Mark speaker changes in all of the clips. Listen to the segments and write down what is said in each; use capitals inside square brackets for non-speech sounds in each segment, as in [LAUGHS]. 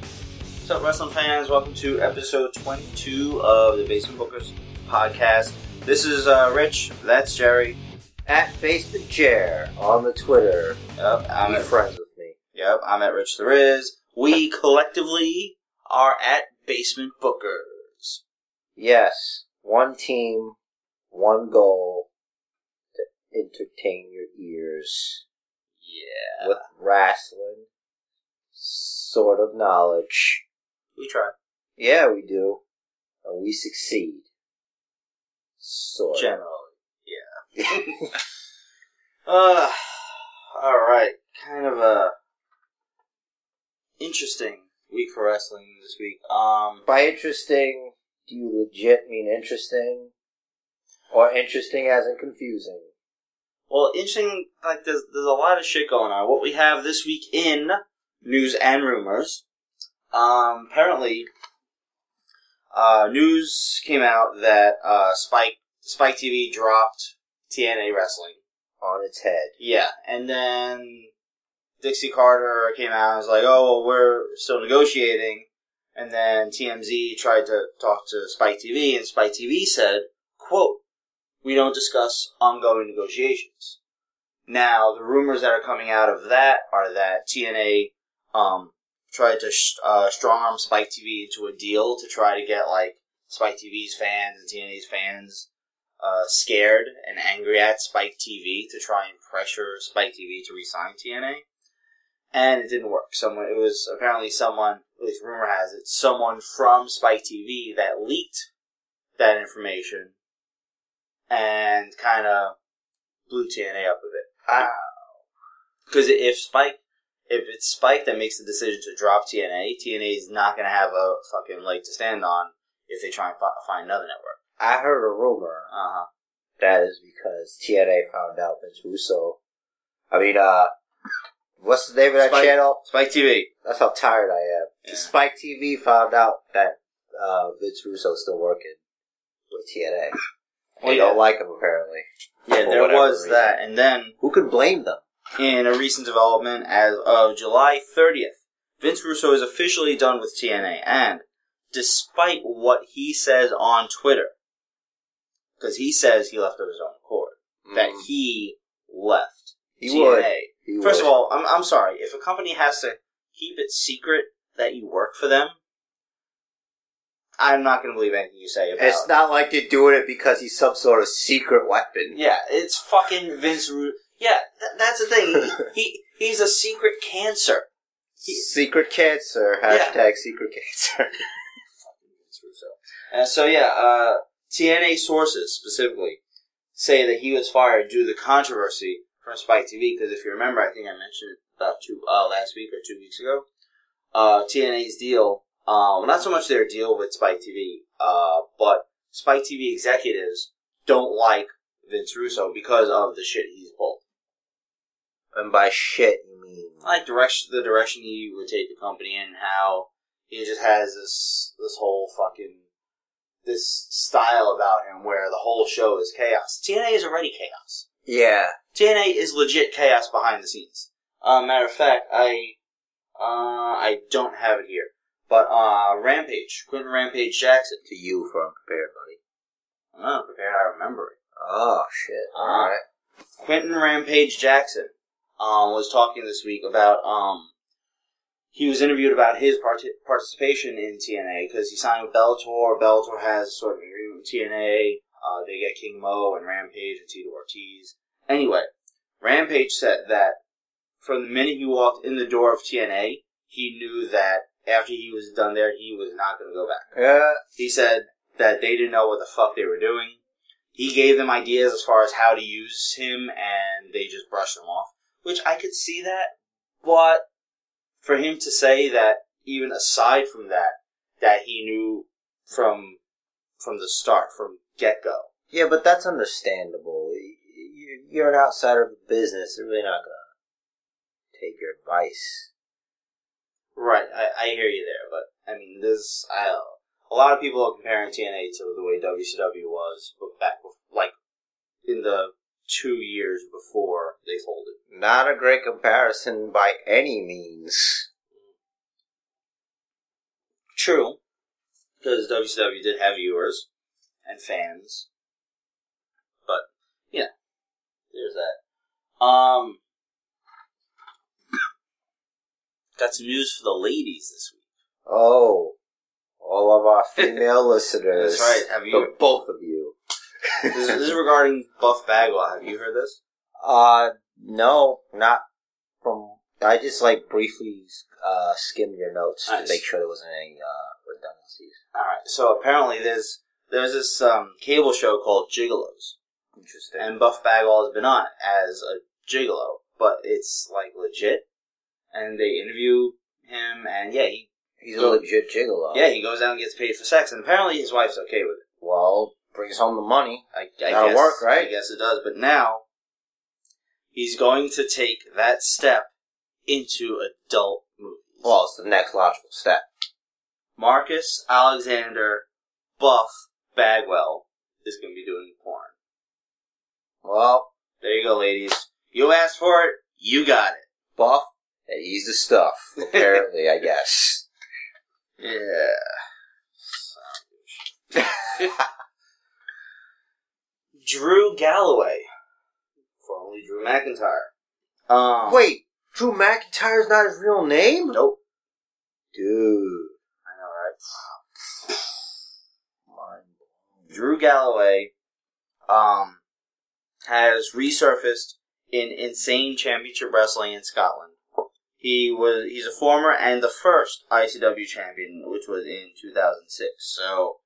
Speaker 1: What's up, wrestling fans? Welcome to episode 22 of the Basement Bookers podcast. This is uh, Rich. That's Jerry.
Speaker 2: At Basement Chair on the Twitter.
Speaker 1: Yep, I'm
Speaker 2: Be
Speaker 1: at
Speaker 2: friends with me.
Speaker 1: Yep, I'm at Rich. There is. We collectively are at Basement Bookers.
Speaker 2: Yes, one team, one goal to entertain your ears
Speaker 1: Yeah,
Speaker 2: with wrestling sort of knowledge.
Speaker 1: we try.
Speaker 2: Yeah, we do, and we succeed. Sort. of.
Speaker 1: Generally, yeah. [LAUGHS] uh, all right. Kind of a interesting week for wrestling this week. Um,
Speaker 2: By interesting, do you legit mean interesting, or interesting as in confusing?
Speaker 1: well, interesting. Like there's there's a lot of shit going on. What we have this week in news and rumors. Um, apparently, uh, news came out that uh, Spike Spike TV dropped TNA wrestling.
Speaker 2: On its head.
Speaker 1: Yeah, and then Dixie Carter came out and was like, "Oh, well, we're still negotiating." And then TMZ tried to talk to Spike TV, and Spike TV said, "Quote: We don't discuss ongoing negotiations." Now, the rumors that are coming out of that are that TNA um, tried to sh- uh, strong arm Spike TV into a deal to try to get like Spike TV's fans and TNA's fans uh, scared and angry at Spike TV to try and pressure Spike TV to resign TNA, and it didn't work. Someone, it was apparently someone, at least rumor has it, someone from Spike TV that leaked that information and kind of blew TNA up with it. Because if Spike, if it's Spike that makes the decision to drop TNA, TNA is not going to have a fucking leg to stand on if they try and fi- find another network.
Speaker 2: I heard a rumor.
Speaker 1: Uh huh.
Speaker 2: That is because TNA found out Vince Russo. I mean, uh, what's the name of that
Speaker 1: Spike.
Speaker 2: channel?
Speaker 1: Spike TV.
Speaker 2: That's how tired I am.
Speaker 1: Yeah.
Speaker 2: Spike TV found out that uh, Vince Russo's still working with TNA.
Speaker 1: Well,
Speaker 2: they
Speaker 1: yeah.
Speaker 2: don't like him apparently.
Speaker 1: Yeah,
Speaker 2: for
Speaker 1: there
Speaker 2: whatever
Speaker 1: was that. And then,
Speaker 2: Who could blame them?
Speaker 1: in a recent development as of July 30th, Vince Russo is officially done with TNA. And despite what he says on Twitter, because he says he left of his own accord, that he left
Speaker 2: Mm. He
Speaker 1: TNA.
Speaker 2: would. He
Speaker 1: First
Speaker 2: would.
Speaker 1: of all, I'm, I'm sorry. If a company has to keep it secret that you work for them, I'm not going to believe anything you say about
Speaker 2: it's not like they're doing it because he's some sort of secret weapon.
Speaker 1: Yeah, it's fucking Vince Ru- Yeah, th- that's the thing. He he's a secret cancer. He-
Speaker 2: Secret cancer.
Speaker 1: Yeah.
Speaker 2: Hashtag secret cancer.
Speaker 1: [LAUGHS] Uh, so yeah, uh, TNA sources specifically say that he was fired due to the controversy from Spike TV. Because if you remember, I think I mentioned it about two uh, last week or two weeks ago. Uh, TNA's deal, uh, well, not so much their deal with Spike TV, uh, but Spike TV executives don't like Vince Russo because of the shit he's pulled.
Speaker 2: and by shit, you mean.
Speaker 1: like direction the direction he would take the company in, and how he just has this this whole fucking this style about him where the whole show is chaos. TNA is already chaos.
Speaker 2: Yeah.
Speaker 1: TNA is legit chaos behind the scenes. Uh, matter of fact, I uh, I don't have it here, but uh, Rampage, Quentin Rampage Jackson.
Speaker 2: To you for unprepared, buddy.
Speaker 1: I'm not prepared. I remember it.
Speaker 2: Oh, shit.
Speaker 1: Uh-huh.
Speaker 2: Alright.
Speaker 1: Quentin Rampage Jackson um, was talking this week about um, he was interviewed about his part- participation in TNA because he signed with Bellator. Bellator has sort of an agreement with TNA. Uh, they get King Mo and Rampage and Tito Ortiz. Anyway, Rampage said that from the minute he walked in the door of TNA, he knew that after he was done there, he was not going to go back.
Speaker 2: Yeah.
Speaker 1: He said that they didn't know what the fuck they were doing. He gave them ideas as far as how to use him, and they just brushed him off. Which I could see that, but for him to say that, even aside from that, that he knew from from the start, from get go.
Speaker 2: Yeah, but that's understandable. Y- y- You're an outsider of the business. They're really not gonna take your advice.
Speaker 1: Right, I, I hear you there, but I mean, this I a lot of people are comparing TNA to the way WCW was but back bef- like in the two years before they folded.
Speaker 2: Not a great comparison by any means.
Speaker 1: True, because WCW did have viewers and fans, but yeah, there's that. Um, [COUGHS] got some news for the ladies this week.
Speaker 2: Oh, all
Speaker 1: [LAUGHS]
Speaker 2: of our female listeners.
Speaker 1: That's right. Have you-
Speaker 2: the both of you?
Speaker 1: This, this is regarding Buff Bagwell. Have you heard this?
Speaker 2: Uh, no, not from. I just like briefly uh, skimmed your notes
Speaker 1: Nice.
Speaker 2: to make sure there wasn't any uh, redundancies.
Speaker 1: All right. So apparently, there's there's this um, cable show called Gigolos,
Speaker 2: Interesting.
Speaker 1: and Buff Bagwell has been on it as a gigolo, but it's like legit, and they interview him, and yeah, he
Speaker 2: He's a
Speaker 1: so-
Speaker 2: legit gigolo.
Speaker 1: yeah he goes out and gets paid for sex, and apparently his wife's okay with it.
Speaker 2: Well, brings home the money.
Speaker 1: I, I
Speaker 2: That'll
Speaker 1: guess,
Speaker 2: work, right?
Speaker 1: I guess it does. But now he's going to take that step into adult movies.
Speaker 2: Well, it's the next logical step.
Speaker 1: Marcus Alexander Buff Bagwell is going to be doing porn.
Speaker 2: Well,
Speaker 1: There you go, ladies. You asked for it, you got it.
Speaker 2: buff, and he's the stuff. [LAUGHS] Apparently, I guess.
Speaker 1: Yeah. [LAUGHS] Drew Galloway, formerly Drew McIntyre. Um,
Speaker 2: Wait, Drew McIntyre's not his real name?
Speaker 1: Nope.
Speaker 2: Dude.
Speaker 1: I know, right?
Speaker 2: Mind blown.
Speaker 1: Drew Galloway um, has resurfaced in Insane Championship Wrestling in Scotland. He was he's a former and the first ICW champion, which was in 2006. So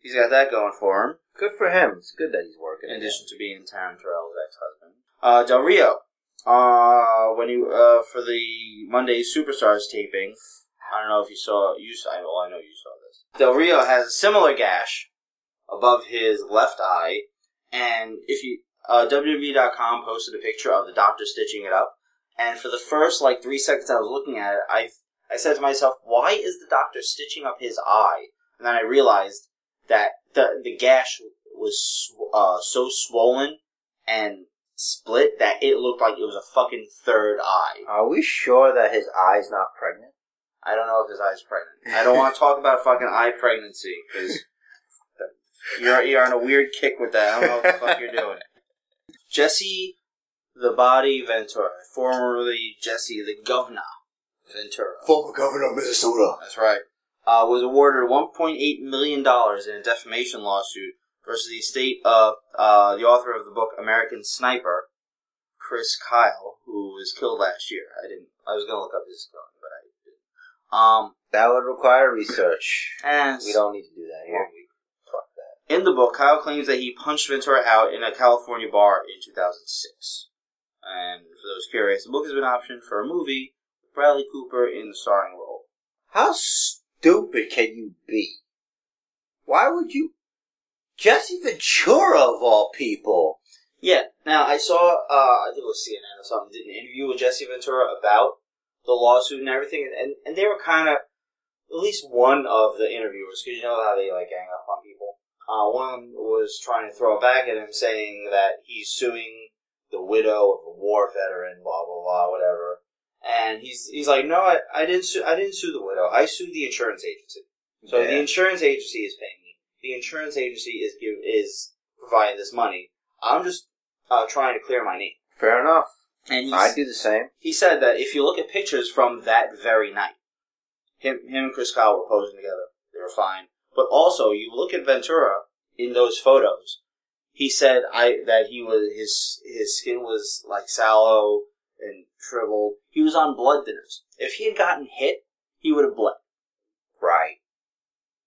Speaker 1: he's got that going for him.
Speaker 2: Good for him. It's good that he's working.
Speaker 1: in
Speaker 2: again.
Speaker 1: addition to being Taryn Terrell's ex-husband. Uh, Del Rio, uh, when you uh, for the Monday Superstars taping, I don't know if you saw you saw. Well, I know you saw this. Del Rio has a similar gash above his left eye, and if you uh, WWE.com posted a picture of the doctor stitching it up, and for the first like three seconds I was looking at it, I I said to myself, why is the doctor stitching up his eye? And then I realized that the the gash was sw- uh, so swollen and split that it looked like it was a fucking third eye.
Speaker 2: Are we sure that his eye's not pregnant?
Speaker 1: I don't know if his eye's pregnant. I don't want to talk about fucking eye pregnancy because you're you're on a weird kick with that. I don't know what the fuck you're doing. Jesse, the body Ventura, formerly Jesse the governor Ventura.
Speaker 2: Former governor of Minnesota.
Speaker 1: That's right. Uh, was awarded $1.8 million in a defamation lawsuit versus the estate of uh, the author of the book American Sniper, Chris Kyle, who was killed last year. I didn't. I was gonna look up his killing, but I didn't. Um,
Speaker 2: That would require research.
Speaker 1: and
Speaker 2: We don't need to do that here. Fuck that.
Speaker 1: in the book, Kyle claims that he punched Ventura out in a California bar in 2006. And for those curious, the book has been optioned for a movie with Bradley Cooper in the starring role.
Speaker 2: How stupid can you be? Why would you? Jesse Ventura of all people.
Speaker 1: Yeah. Now I saw, uh, I think it was CNN or something, did an interview with Jesse Ventura about the lawsuit and everything, and and, and they were kind of at least one of the interviewers, because you know how they like gang up on people. Uh, one was trying to throw it back at him, saying that he's suing the widow of a war veteran, blah blah blah, whatever. And he's he's like, no, I, I didn't sue, I didn't sue the widow. I sued the insurance agency. So
Speaker 2: Yeah.
Speaker 1: the insurance agency is paying me. The insurance agency is give is providing this money. I'm just uh, trying to clear my name.
Speaker 2: Fair enough.
Speaker 1: And he's,
Speaker 2: I'd do the same.
Speaker 1: he said that if you look at pictures from that very night, him, him and Chris Kyle were posing together. They were fine. But also, you look at Ventura in those photos. He said I that he was his his skin was like sallow and shriveled. He was on blood thinners. If he had gotten hit, he would have bled
Speaker 2: Right.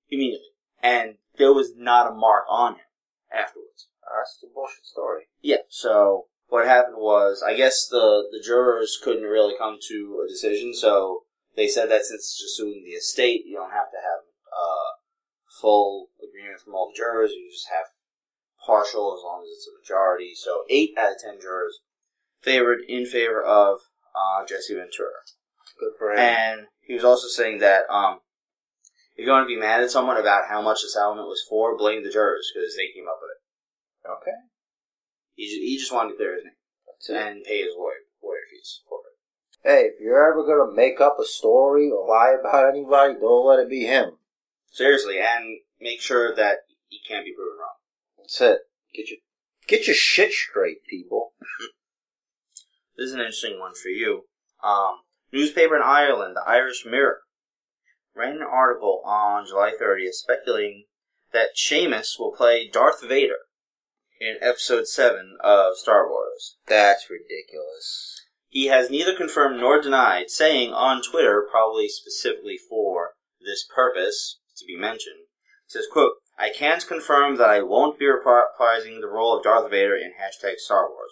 Speaker 1: immediately, and there was not a mark on him afterwards.
Speaker 2: That's the bullshit story.
Speaker 1: Yeah. So what happened was, I guess the the jurors couldn't really come to a decision, so they said that since it's just suing the estate, you don't have to have uh, full agreement from all the jurors. You just have partial as long as it's a majority. So eight out of ten jurors favored in favor of uh, Jesse Ventura.
Speaker 2: Good for him.
Speaker 1: And he was also saying that um, if you want to be mad at someone about how much the settlement was for, blame the jurors because they came up with it.
Speaker 2: okay.
Speaker 1: He just, he just wanted to clear his name
Speaker 2: That's it.
Speaker 1: and pay his lawyer lawyer fees for it.
Speaker 2: Hey, if you're ever gonna make up a story or lie about anybody, don't let it be him.
Speaker 1: Seriously, and make sure that he can't be proven wrong.
Speaker 2: That's it. Get your get your shit straight, people.
Speaker 1: This is an interesting one for you. Um, newspaper in Ireland, the Irish Mirror, ran an article on July 30th speculating that Seamus will play Darth Vader in Episode 7 of Star Wars.
Speaker 2: That's ridiculous.
Speaker 1: He has neither confirmed nor denied, saying on Twitter, probably specifically for this purpose to be mentioned, says, quote, I can't confirm that I won't be reprising the role of Darth Vader in hashtag Star Wars.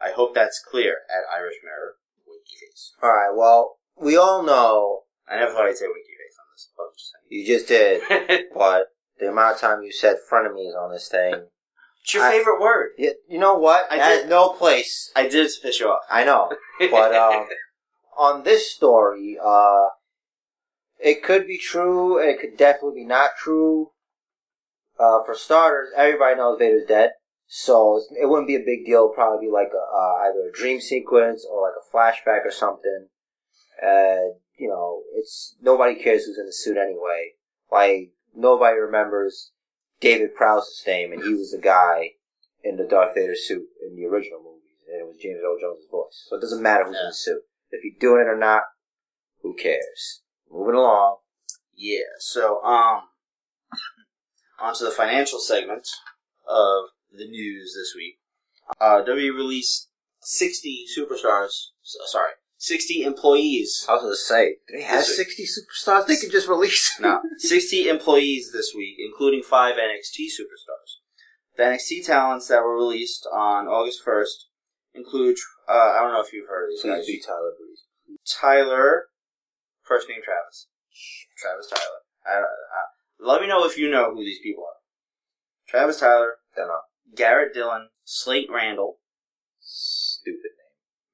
Speaker 1: I hope that's clear at Irish Mirror. Winky face.
Speaker 2: All right. Well, we all know
Speaker 1: I never thought I'd say winky face on this, but I'm just
Speaker 2: you just [LAUGHS] did,
Speaker 1: saying.
Speaker 2: but the amount of time you said frenemies on this thing,
Speaker 1: it's your
Speaker 2: I-
Speaker 1: favorite word.
Speaker 2: you, you know what?
Speaker 1: I
Speaker 2: That-
Speaker 1: did-
Speaker 2: no place.
Speaker 1: I did it to piss you off.
Speaker 2: I know, but um, on this story, uh, it could be true, and it could definitely be not true. Uh, for starters, everybody knows Vader's dead, so it's- it wouldn't be a big deal. It'd probably be like a, uh, either a dream sequence or like a flashback or something. And you know, it's nobody cares who's in the suit anyway. Like nobody remembers David Prowse's name, and he was the guy in the Darth Vader suit in the original movies, and it was James Earl Jones' voice. So it doesn't matter who's in
Speaker 1: Yeah.
Speaker 2: the suit. If you're doing it or not, who cares? Moving along.
Speaker 1: Yeah, so, um, onto the financial segment of the news this week. Uh, WWE released 60 superstars, s- uh, sorry, 60 employees
Speaker 2: I was gonna say, they have
Speaker 1: This is-
Speaker 2: sixty superstars. They could just release.
Speaker 1: No,
Speaker 2: [LAUGHS]
Speaker 1: 60 employees this week, including five NXT superstars. The NXT talents that were released on August 1st include, uh, I don't know if you've heard of these
Speaker 2: Please
Speaker 1: guys.
Speaker 2: be Tyler Breeze.
Speaker 1: Tyler, first name Travis. Travis Tyler. I, I, let me know if you know who these people are. Travis Tyler,
Speaker 2: Then I'm
Speaker 1: Garrett Dillon, Slate Randall,
Speaker 2: stupid.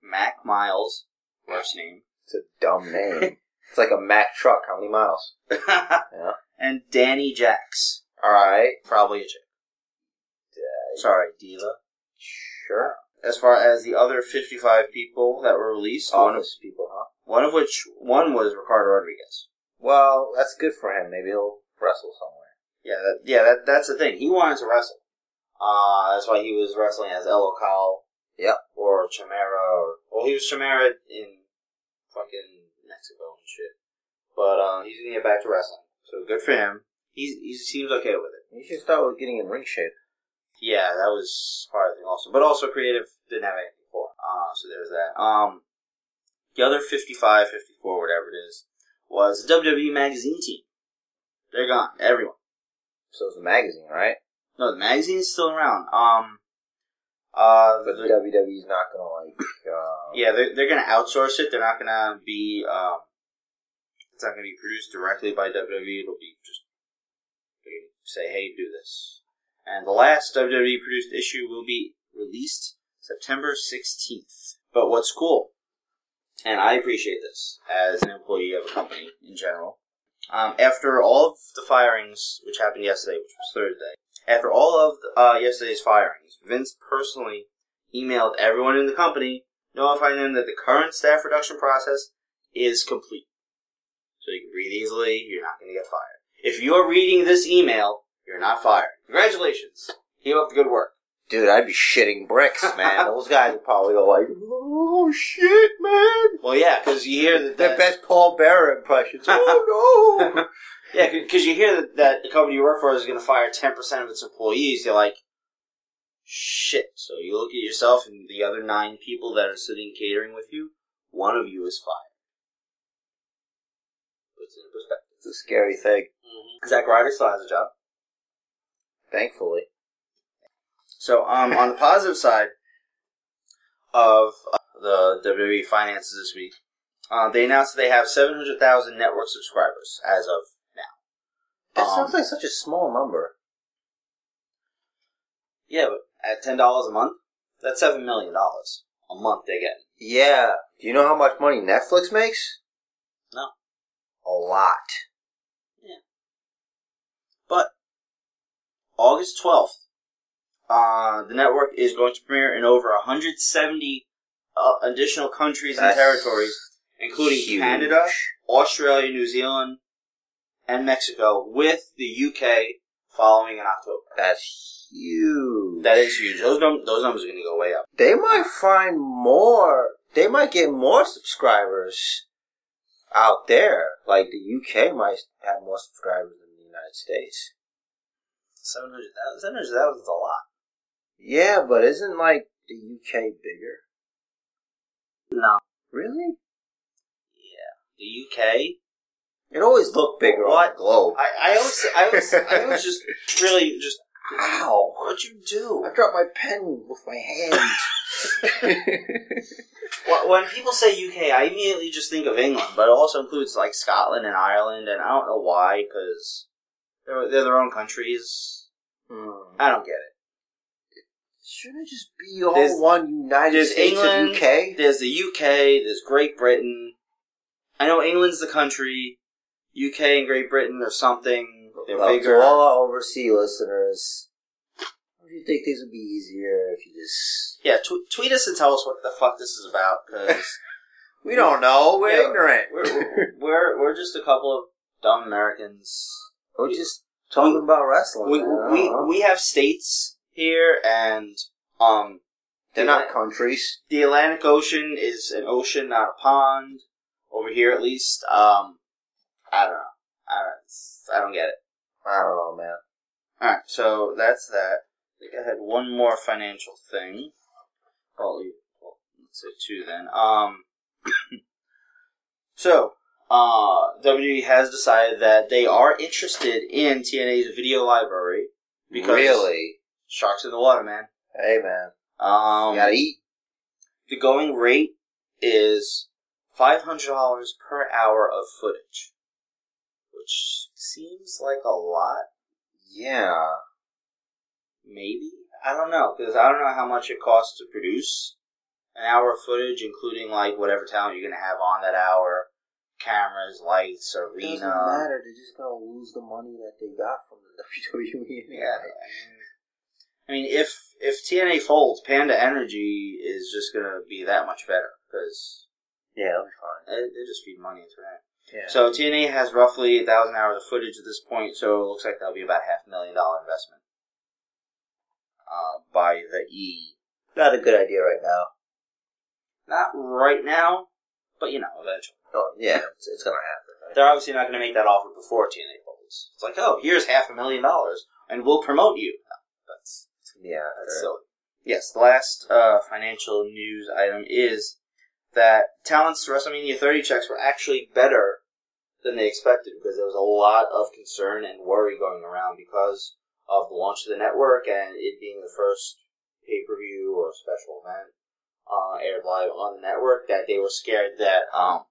Speaker 1: Mac Miles, worst name, [LAUGHS]
Speaker 2: It's a dumb [LAUGHS] name. it's like a Mack truck. How many miles? Yeah.
Speaker 1: and Danny Jax.
Speaker 2: All right.
Speaker 1: Probably a chick. Sorry, Diva.
Speaker 2: Sure.
Speaker 1: as far as the other 55 people that were released, one of,
Speaker 2: Office people, huh?
Speaker 1: one of which one was Ricardo Rodriguez.
Speaker 2: Well, that's good for him. Maybe he'll wrestle somewhere.
Speaker 1: Yeah, that, yeah, that, that's the thing. He wanted to wrestle. Uh, that's why he was wrestling as El Ocal.
Speaker 2: Yep.
Speaker 1: Or Chimera, or well, he was Chimera in fucking Mexico and shit. But um, he's gonna get back to wrestling, so good for him. He's, he seems okay with it.
Speaker 2: You should start with getting in ring shape.
Speaker 1: Yeah, that was part of the thing also. But also creative didn't have anything for. him. Uh, so there's that. Um, the other 55, 54, whatever it is, was the WWE magazine team. They're gone. Everyone.
Speaker 2: So it's a magazine, right?
Speaker 1: No, the magazine's still around. Um, uh,
Speaker 2: But
Speaker 1: the-
Speaker 2: WWE's not gonna like. Uh,
Speaker 1: yeah, they're, they're gonna outsource it. They're not gonna be, um, it's not gonna be produced directly by WWE. It'll be just, they say, hey, do this. And the last WWE produced issue will be released September 16th. But what's cool, and I appreciate this as an employee of a company in general, um, after all of the firings, which happened yesterday, which was Thursday, after all of uh, yesterday's firings, Vince personally emailed everyone in the company notifying them that the current staff reduction process is complete. So you can breathe easily, you're not going to get fired. If you're reading this email, you're not fired. Congratulations. Keep up the good work.
Speaker 2: Dude, I'd be shitting bricks, [LAUGHS] man. Those guys would probably go like, "Oh shit, man."
Speaker 1: Well, yeah, because you hear that,
Speaker 2: Their
Speaker 1: that
Speaker 2: best Paul Bearer [LAUGHS] impressions. Oh no!
Speaker 1: [LAUGHS] yeah, because you hear that, that the company you work for is going to fire ten percent of its employees. You're like, shit. So you look at yourself and the other nine people that are sitting catering with you. One of you is fired. Puts it in perspective.
Speaker 2: it's a scary thing. Mm-hmm.
Speaker 1: Zach Ryder still has a job.
Speaker 2: Thankfully,
Speaker 1: So, um, on the positive side of uh, the WWE finances this week, uh, they announced that they have 700,000 network subscribers as of now.
Speaker 2: that
Speaker 1: Um,
Speaker 2: sounds like such a small number.
Speaker 1: Yeah, but at $10 a month, that's $7 million a month they get.
Speaker 2: Yeah. Do you know how much money Netflix makes?
Speaker 1: No.
Speaker 2: A lot.
Speaker 1: But August 12th, uh, the network is going to premiere in over 170 uh, additional countries and
Speaker 2: That's
Speaker 1: territories, including
Speaker 2: Huge.
Speaker 1: Canada, Australia, New Zealand, and Mexico, with the UK following in October.
Speaker 2: That's huge.
Speaker 1: That is huge. Those num- those numbers are going to go way up.
Speaker 2: they might find more. They might get more subscribers out there. Like the UK might have more subscribers than the United States.
Speaker 1: 700,000 700,000 is a lot.
Speaker 2: Yeah, but isn't like the UK bigger?
Speaker 1: No.
Speaker 2: Really?
Speaker 1: Yeah. The UK.
Speaker 2: It always looked bigger on
Speaker 1: What?
Speaker 2: the globe.
Speaker 1: I, I always, I always, I always [LAUGHS] just really just,
Speaker 2: Ow!
Speaker 1: what'd you do?
Speaker 2: I dropped my pen with my
Speaker 1: [LAUGHS]
Speaker 2: hand.
Speaker 1: Wh- When people say UK, I immediately just think of England, but it also includes like Scotland and Ireland, and I don't know why, because they're, they're their own countries.
Speaker 2: Hmm.
Speaker 1: I don't get it.
Speaker 2: Shouldn't it just be all
Speaker 1: There's-
Speaker 2: one United
Speaker 1: there's
Speaker 2: States
Speaker 1: England,
Speaker 2: and UK?
Speaker 1: There's the UK, there's Great Britain. I know England's the country, UK and Great Britain are something. They're
Speaker 2: Well,
Speaker 1: bigger.
Speaker 2: To Oh, all our overseas listeners, do you think things would be easier if you just?
Speaker 1: Yeah, tw- tweet us and tell us what the fuck this is about, because
Speaker 2: We don't know. We're
Speaker 1: Yeah.
Speaker 2: ignorant.
Speaker 1: we're, we're,
Speaker 2: [LAUGHS]
Speaker 1: we're, we're just a couple of dumb Americans.
Speaker 2: We're just talking about wrestling.
Speaker 1: We,
Speaker 2: man. I don't
Speaker 1: we,
Speaker 2: know.
Speaker 1: we have states here, and, um,
Speaker 2: They're not countries.
Speaker 1: the Atlantic Ocean is an ocean, not a pond. Over here, at least. Um, I don't know. I don't, I don't get it.
Speaker 2: I don't know, man.
Speaker 1: Alright, so that's that. I think I had one more financial thing. Well, you- well, let's say two then. Um, [COUGHS] so, uh, WWE has decided that they are interested in TNA's video library because
Speaker 2: really,
Speaker 1: sharks in the water, man.
Speaker 2: hey man,
Speaker 1: Um,
Speaker 2: you gotta eat.
Speaker 1: the going rate is five hundred dollars per hour of footage, which seems like a lot.
Speaker 2: Yeah,
Speaker 1: Maybe I don't know because I don't know how much it costs to produce an hour of footage, including like whatever talent you're gonna have on that hour, cameras, lights,
Speaker 2: doesn't
Speaker 1: arena.
Speaker 2: matter. They're just gonna lose the money that they got from the [LAUGHS] E. WWE.
Speaker 1: Yeah. I mean, if if TNA folds, Panda Energy is just gonna be that much better because
Speaker 2: yeah, it'll be fine.
Speaker 1: they they just feed money into that.
Speaker 2: Yeah.
Speaker 1: So TNA has roughly a thousand hours of footage at this point, so it looks like that'll be about half a million dollar investment uh, by the E.
Speaker 2: not a good idea right now.
Speaker 1: Not right now, but you know, eventually.
Speaker 2: Oh yeah, it's, it's gonna happen.
Speaker 1: They're obviously not going to make that offer before TNA folds. It's like, oh, here's half a million dollars, and we'll promote you. No, that's
Speaker 2: Yeah,
Speaker 1: that's silly. Uh, Yes, the last uh, financial news item is that Talent's WrestleMania 30 checks were actually better than they expected because there was a lot of concern and worry going around because of the launch of the network and it being the first pay per view or special event uh, aired live on the network that they were scared that um,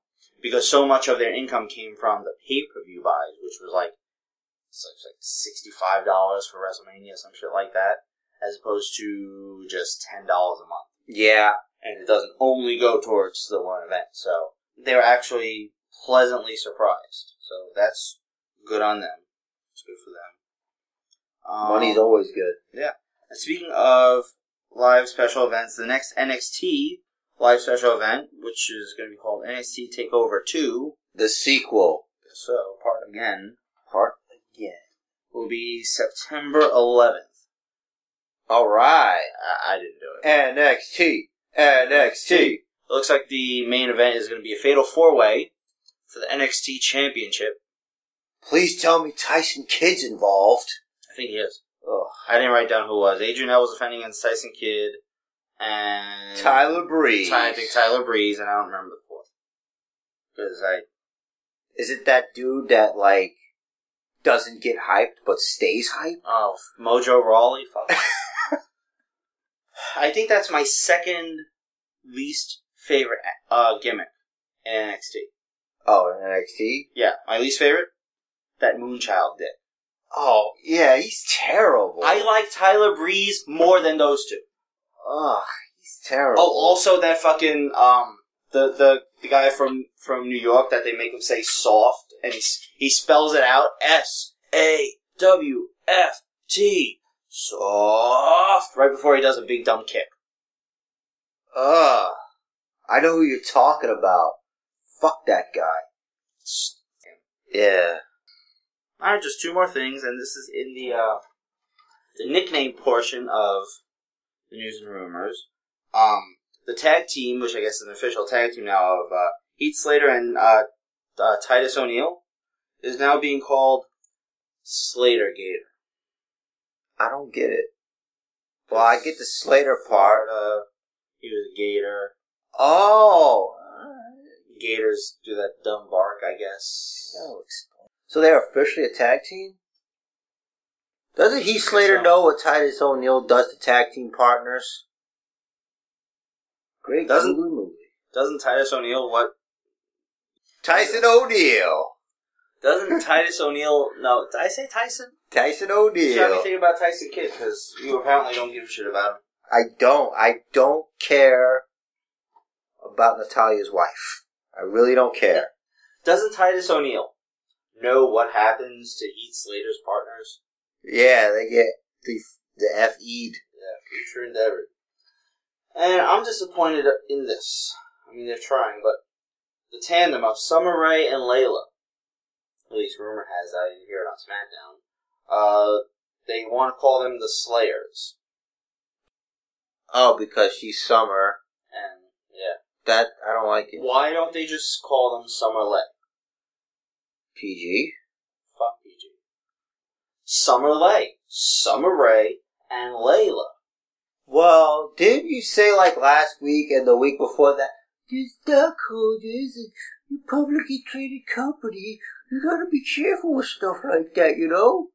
Speaker 1: because so much of their income came from the pay per view buys, which was like it's like- it's like sixty five dollars for WrestleMania, some shit like that, as opposed to just ten dollars a month,
Speaker 2: yeah.
Speaker 1: and it doesn't only go towards the one event. So they were actually pleasantly surprised. So that's good on them. It's good for them. Um,
Speaker 2: Money's always good.
Speaker 1: and Speaking of live special events, the next NXT live special event, which is going to be called NXT Takeover 2,
Speaker 2: The sequel
Speaker 1: so part again,
Speaker 2: part again.
Speaker 1: will be September 11th.
Speaker 2: All right.
Speaker 1: I, I didn't do it.
Speaker 2: NXT. NXT.
Speaker 1: It looks like the main event is going to be a fatal four way for the NXT Championship.
Speaker 2: Please tell me Tyson Kidd's involved.
Speaker 1: I think he is.
Speaker 2: Ugh.
Speaker 1: I didn't write down who it was. Adrian L was defending against Tyson Kidd and
Speaker 2: Tyler Breeze.
Speaker 1: Ty- I think Tyler Breeze, and I don't remember the fourth because I
Speaker 2: Is it that dude that like doesn't get hyped but stays hyped?
Speaker 1: Oh, f- Mojo Rawley? Fuck. [LAUGHS] I think that's my second least favorite uh, gimmick in NXT.
Speaker 2: Oh, NXT.
Speaker 1: Yeah, my least favorite? That Moonchild did.
Speaker 2: Oh yeah, he's terrible.
Speaker 1: I like Tyler Breeze more than those two.
Speaker 2: Ugh, he's terrible.
Speaker 1: Oh, also that fucking, um, the, the, the guy from, from New York that they make him say soft, and he, s- he spells it out S-A-W-F-T. Soft. Right before he does a big dumb kick.
Speaker 2: Ugh. I know who you're talking about. Fuck that guy. Yeah.
Speaker 1: All right, just two more things, and this is in the uh, the nickname portion of the news and rumors. Um, the tag team, which I guess is an official tag team now of uh, Heath Slater and uh, uh, Titus O'Neil, is now being called Slater Gator.
Speaker 2: I don't get it. Well, I get the Slater part.
Speaker 1: Uh, he was a Gator.
Speaker 2: Oh.
Speaker 1: Gators do that dumb bark, I guess.
Speaker 2: That'll explain. So they're officially a tag team? Doesn't Heath Slater
Speaker 1: so.
Speaker 2: know what Titus O'Neil does to tag team partners? Great
Speaker 1: Doesn't-
Speaker 2: Hulu movie.
Speaker 1: Doesn't Titus O'Neil what?
Speaker 2: Tyson O'Neil.
Speaker 1: Doesn't [LAUGHS] Titus O'Neil? No, did I say Tyson?
Speaker 2: Tyson
Speaker 1: You Tell me
Speaker 2: O'Neil.
Speaker 1: think about Tyson Kidd because you apparently don't give a shit about him.
Speaker 2: I don't. I don't care about Natalia's wife. I really don't care.
Speaker 1: Doesn't Titus O'Neil know what happens to Heath Slater's partners?
Speaker 2: Yeah, they get the the fe'd.
Speaker 1: Yeah, future endeavor. And I'm disappointed in this. I mean, they're trying, but the tandem of Summer Rae and Layla, at least rumor has that, I didn't hear it on SmackDown, uh, they want to call them the Slayers.
Speaker 2: Oh, because she's summer.
Speaker 1: And, yeah.
Speaker 2: That I don't like it.
Speaker 1: Why don't they just call them Summer Lay?
Speaker 2: PG.
Speaker 1: Fuck PG. Summer Lay, Summer Rae, and Layla.
Speaker 2: Well, didn't you say like last week and the week before that these stockholders and you publicly traded company, you gotta be careful with stuff like that, you know?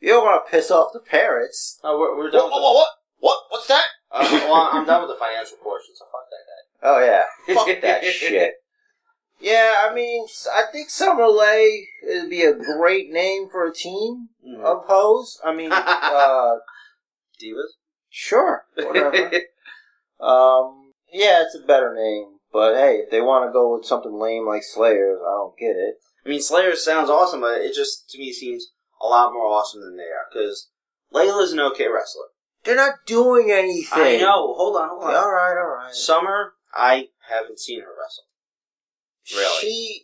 Speaker 2: You don't wanna piss off the parents.
Speaker 1: No, we're, we're done with the-
Speaker 2: what? What? What's that?
Speaker 1: Uh, well, I'm done with the financial portion, so fuck that guy.
Speaker 2: Oh yeah, [LAUGHS] fuck that shit. Yeah, I mean, I think Summer Lay would be a great name for a team of hoes. I [LAUGHS] mean, uh,
Speaker 1: Divas?
Speaker 2: sure,
Speaker 1: [LAUGHS]
Speaker 2: whatever. Um, yeah, it's a better name, but hey, if they want to go with something lame like Slayers, I don't get it.
Speaker 1: I mean, Slayer sounds awesome, but it just, to me, seems a lot more awesome than they are, because Layla's an okay wrestler.
Speaker 2: They're not doing anything.
Speaker 1: I know, hold on, hold
Speaker 2: All
Speaker 1: on.
Speaker 2: right, all right.
Speaker 1: Summer, I haven't seen her wrestle. Really?
Speaker 2: She.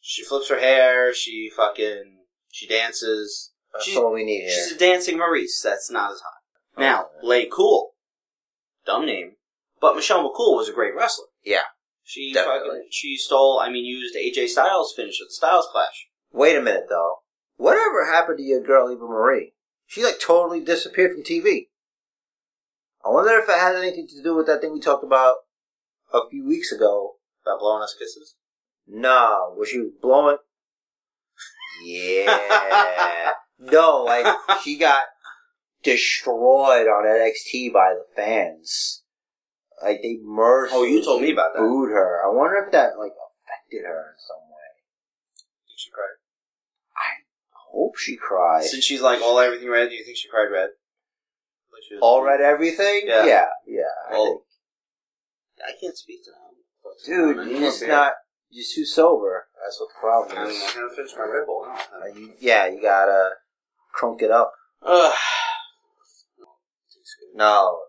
Speaker 1: She flips her hair, she fucking, she dances.
Speaker 2: That's
Speaker 1: She-
Speaker 2: all we need here.
Speaker 1: She's a dancing Maurice, that's not as hot.
Speaker 2: Oh,
Speaker 1: Now,
Speaker 2: okay.
Speaker 1: Lay Cool, dumb name, but Michelle McCool was a great wrestler.
Speaker 2: Yeah.
Speaker 1: She
Speaker 2: Definitely.
Speaker 1: fucking, she stole, I mean, used AJ Styles' finish at the Styles Clash.
Speaker 2: Wait a minute, though. Whatever happened to your girl Eva Marie? She like totally disappeared from TV. I wonder if it has anything to do with that thing we talked about a few weeks ago.
Speaker 1: About blowing us kisses?
Speaker 2: Nah, where she was blowing. Yeah. no, like
Speaker 1: [LAUGHS]
Speaker 2: she got destroyed on NXT by the fans. Like they mercifully.
Speaker 1: Oh, you told me about that.
Speaker 2: Booed her. I wonder if that like affected her in some way.
Speaker 1: Did she cry?
Speaker 2: Hope she cried.
Speaker 1: Since she's like all everything red, do you think she cried red? Like she was-
Speaker 2: All red, everything.
Speaker 1: Yeah. Oh,
Speaker 2: yeah. yeah, I
Speaker 1: Well,
Speaker 2: think.
Speaker 1: I can't speak to them.
Speaker 2: dude, you're just not. You're too sober. That's what the
Speaker 1: I
Speaker 2: problem
Speaker 1: mean, I
Speaker 2: is.
Speaker 1: haven't finished my Red Bull. I
Speaker 2: Uh,
Speaker 1: don't
Speaker 2: you, yeah, you gotta crunk it up.
Speaker 1: Ugh.
Speaker 2: No.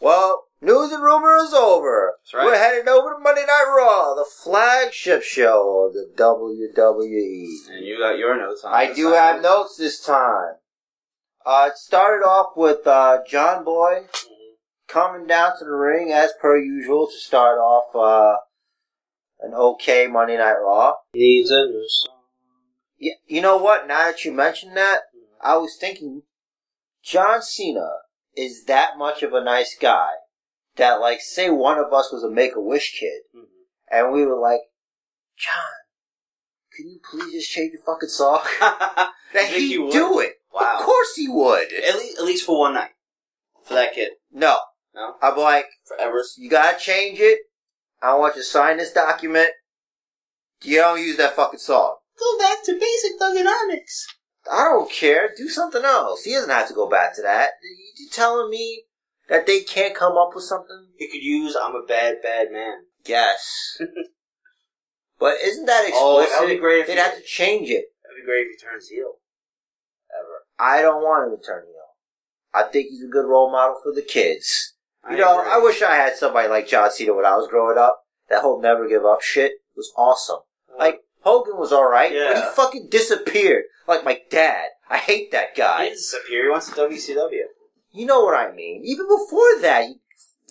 Speaker 2: Well, news and rumor is over.
Speaker 1: That's right.
Speaker 2: We're headed over to Monday Night Raw, the flagship show of the WWE.
Speaker 1: And you got your notes on.
Speaker 2: I
Speaker 1: this
Speaker 2: do
Speaker 1: side.
Speaker 2: have notes this time. Uh, it started off with uh, John Boy
Speaker 1: Mhm.
Speaker 2: coming down to the ring as per usual to start off uh, an okay Monday Night Raw.
Speaker 1: Needs a new song.
Speaker 2: Yeah, you know what? Now that you mention that,
Speaker 1: Mm-hmm.
Speaker 2: I was thinking John Cena is that much of a nice guy that, like, say one of us was a Make a Wish kid,
Speaker 1: Mhm.
Speaker 2: and we were like, John, can you please just change your fucking song?
Speaker 1: [LAUGHS] You
Speaker 2: [LAUGHS] That
Speaker 1: think
Speaker 2: he'd
Speaker 1: he would?
Speaker 2: do it.
Speaker 1: Wow.
Speaker 2: Of course he would.
Speaker 1: At least, at least for one night. For that kid.
Speaker 2: No,
Speaker 1: No?
Speaker 2: I'm like,
Speaker 1: Forever.
Speaker 2: you gotta change it. I want you to sign this document. You don't use that fucking song.
Speaker 1: Go back to basic thugonomics.
Speaker 2: I don't care. Do something else. He doesn't have to go back to that. You telling me that they can't come up with something?
Speaker 1: You could use I'm a bad, bad man. [LAUGHS]
Speaker 2: Yes. but isn't that explicit?
Speaker 1: Oh, that would be great if
Speaker 2: They'd
Speaker 1: you-
Speaker 2: have to change it.
Speaker 1: That'd be great if he turns heel. Ever.
Speaker 2: I don't want him to turn heel. I think he's a good role model for the kids. You know,
Speaker 1: agree.
Speaker 2: I wish I had somebody like John Cena when I was growing up. That whole never give up shit was awesome. Like, Hogan was alright, but
Speaker 1: Uh, Yeah.
Speaker 2: he fucking disappeared. Like my dad. I hate that guy.
Speaker 1: He disappeared. He went to WCW.
Speaker 2: You know what I mean. Even before that, he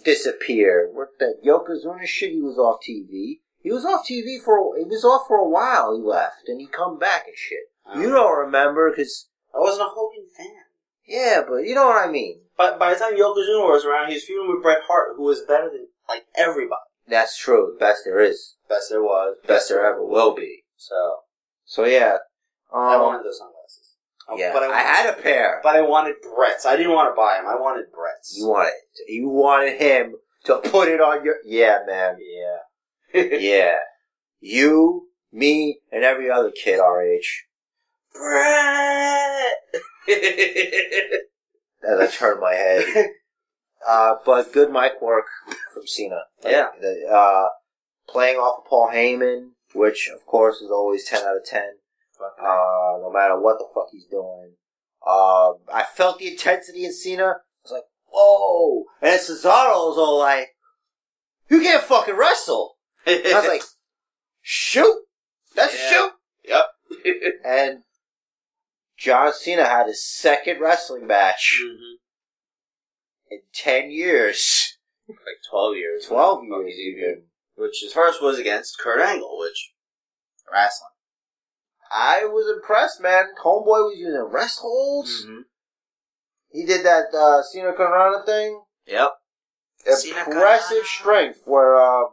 Speaker 2: disappeared. What that Yokozuna shit? He was off TV. He was off TV for. He was off for a while. He left and he come back and shit.
Speaker 1: Oh.
Speaker 2: You don't remember because
Speaker 1: I wasn't a Hogan fan.
Speaker 2: yeah, but you know what I mean.
Speaker 1: But by the time Yokozuna was around, he was feuding with Bret Hart, who was better than like everybody.
Speaker 2: That's true. The best there is.
Speaker 1: Best there was.
Speaker 2: The best there ever will be.
Speaker 1: So
Speaker 2: So yeah. Um,
Speaker 1: I wanted those sunglasses. Oh,
Speaker 2: yeah.
Speaker 1: but I,
Speaker 2: I, had a pair.
Speaker 1: but I wanted Brett's. I didn't want to buy them. I wanted Brett's.
Speaker 2: you wanted. You wanted him to put it on your. Yeah, man.
Speaker 1: [LAUGHS] yeah.
Speaker 2: Yeah. You, me, and every other kid our age.
Speaker 1: [LAUGHS] Brett.
Speaker 2: as I turn
Speaker 1: [LAUGHS]
Speaker 2: my head. Uh, but good mic work from Cena.
Speaker 1: Yeah.
Speaker 2: The, uh, playing off of Paul Heyman, which of course is always 10 out of 10, uh, no matter what the fuck he's doing. Uh, I felt the intensity in Cena. I was like, whoa! And then Cesaro was all like, you can't fucking wrestle! And I
Speaker 1: [LAUGHS]
Speaker 2: was like, shoot! That's
Speaker 1: Yeah.
Speaker 2: a shoot!
Speaker 1: yep. [LAUGHS]
Speaker 2: And John Cena had his second wrestling match
Speaker 1: Mhm.
Speaker 2: in 10 years.
Speaker 1: Like twelve years.
Speaker 2: 12
Speaker 1: Fuck
Speaker 2: years
Speaker 1: is he
Speaker 2: even.
Speaker 1: Which his first was against Kurt Angle, which wrestling.
Speaker 2: I was impressed, man. Homeboy was using rest holds.
Speaker 1: Mm-hmm.
Speaker 2: He did that uh, Cena Carana thing.
Speaker 1: Yep. Cena
Speaker 2: Impressive
Speaker 1: Carrana.
Speaker 2: strength where uh,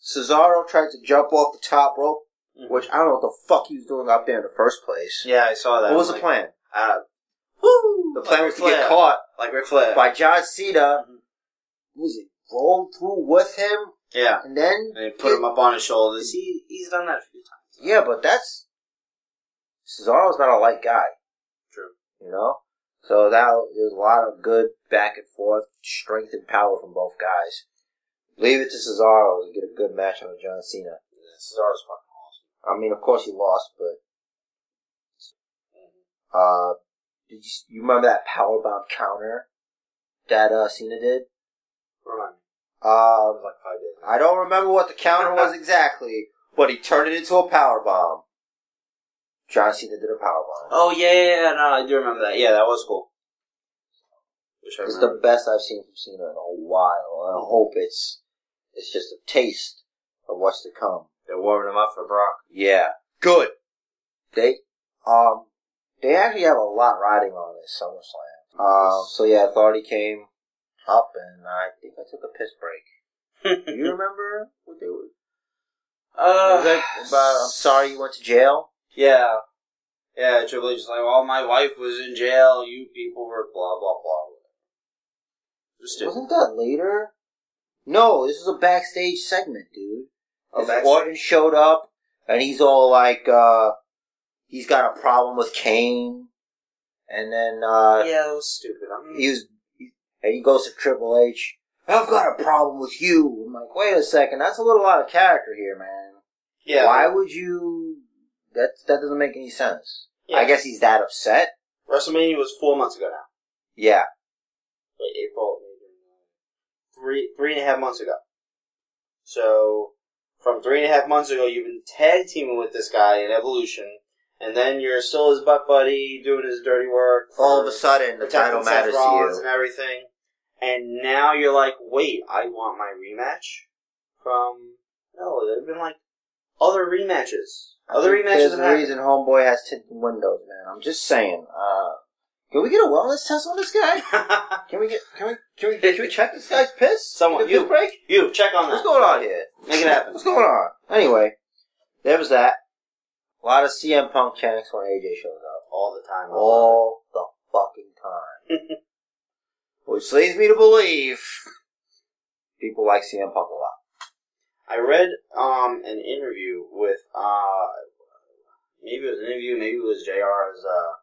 Speaker 2: Cesaro tried to jump off the top rope, which I don't know what the fuck he was doing up there in the first place.
Speaker 1: Mm-hmm. yeah, I saw that.
Speaker 2: what was
Speaker 1: I'm
Speaker 2: the
Speaker 1: like,
Speaker 2: plan?
Speaker 1: Uh,
Speaker 2: The
Speaker 1: Like
Speaker 2: plan
Speaker 1: Ric
Speaker 2: was to get
Speaker 1: Flair.
Speaker 2: caught
Speaker 1: like Ric Flair.
Speaker 2: by John Cena.
Speaker 1: Mhm.
Speaker 2: What Was it roll through with him
Speaker 1: Yeah.
Speaker 2: and then?
Speaker 1: And they put him up on his shoulders. He he's done that a few times.
Speaker 2: Yeah, but that's Cesaro's not a light guy.
Speaker 1: True.
Speaker 2: you know. So that was a lot of good back and forth, strength and power from both guys. Leave it to Cesaro to get a good match on John Cena.
Speaker 1: Cesaro's fucking awesome.
Speaker 2: I mean, of course he lost, but uh, did you, you remember that powerbomb counter that uh, Cena did?
Speaker 1: Remind me. That
Speaker 2: Um,
Speaker 1: was like five days.
Speaker 2: I don't remember what the
Speaker 1: [LAUGHS]
Speaker 2: counter was exactly, but he turned it into a powerbomb. John Cena did a powerbomb.
Speaker 1: Oh yeah, yeah, yeah, no, I do remember that. Yeah, that was cool. Wish I
Speaker 2: It's
Speaker 1: remembered.
Speaker 2: the best I've seen from Cena in a while.
Speaker 1: Mm-hmm.
Speaker 2: and I hope it's it's just a taste of what's to come.
Speaker 1: They're warming him up for Brock.
Speaker 2: Yeah, good. They um they actually have a lot riding on this SummerSlam.
Speaker 1: Uh,
Speaker 2: Um, so yeah, Authority came up, and I think I took a piss
Speaker 1: [LAUGHS]
Speaker 2: break. Do you remember what they were?
Speaker 1: uh,
Speaker 2: was that about, I'm sorry you went to jail.
Speaker 1: Yeah. Yeah, Triple H is like, well, my wife was in jail, you people were blah, blah, blah. Just it.
Speaker 2: Wasn't that later? No, this is a backstage segment, dude.
Speaker 1: Oh,
Speaker 2: His
Speaker 1: backstage.
Speaker 2: Orton showed up, and he's all like, uh, he's got a problem with Kane. And then, uh,
Speaker 1: yeah, that was stupid. I mean,
Speaker 2: he was, and he goes to Triple H. I've got a problem with you. I'm like, wait a second, that's a little out of character here, man.
Speaker 1: yeah.
Speaker 2: Why would you? That that doesn't make any sense.
Speaker 1: Yeah.
Speaker 2: I guess he's that upset.
Speaker 1: WrestleMania was four months ago now.
Speaker 2: Yeah,
Speaker 1: Wait, April, three, three and a half months ago. So, from three and a half months ago, you've been tag teaming with this guy in Evolution, and then you're still his butt buddy, doing his dirty work.
Speaker 2: all of a
Speaker 1: for-
Speaker 2: sudden the
Speaker 1: protecting
Speaker 2: title matters
Speaker 1: Seth Rollins
Speaker 2: to
Speaker 1: and everything. And now you're like, wait, I want my rematch from. No, there've been like other rematches,
Speaker 2: you.
Speaker 1: other rematches
Speaker 2: There's
Speaker 1: have
Speaker 2: a
Speaker 1: happened.
Speaker 2: reason Homeboy has tinted windows, man. I'm just saying. Uh, can we get a wellness test on this guy? Can we get? Can we? Can we? Can we check this guy's piss?
Speaker 1: [LAUGHS] Someone-
Speaker 2: Get a piss
Speaker 1: you.
Speaker 2: break.
Speaker 1: you check on that.
Speaker 2: What's going on here?
Speaker 1: Make it happen.
Speaker 2: What's going on? Anyway, there was that. A lot of CM Punk chants when AJ shows up
Speaker 1: all the time.
Speaker 2: all the fucking time,
Speaker 1: [LAUGHS]
Speaker 2: which leads me to believe people like CM Punk a lot.
Speaker 1: I read um an interview with uh maybe it was an interview, maybe it was JR's uh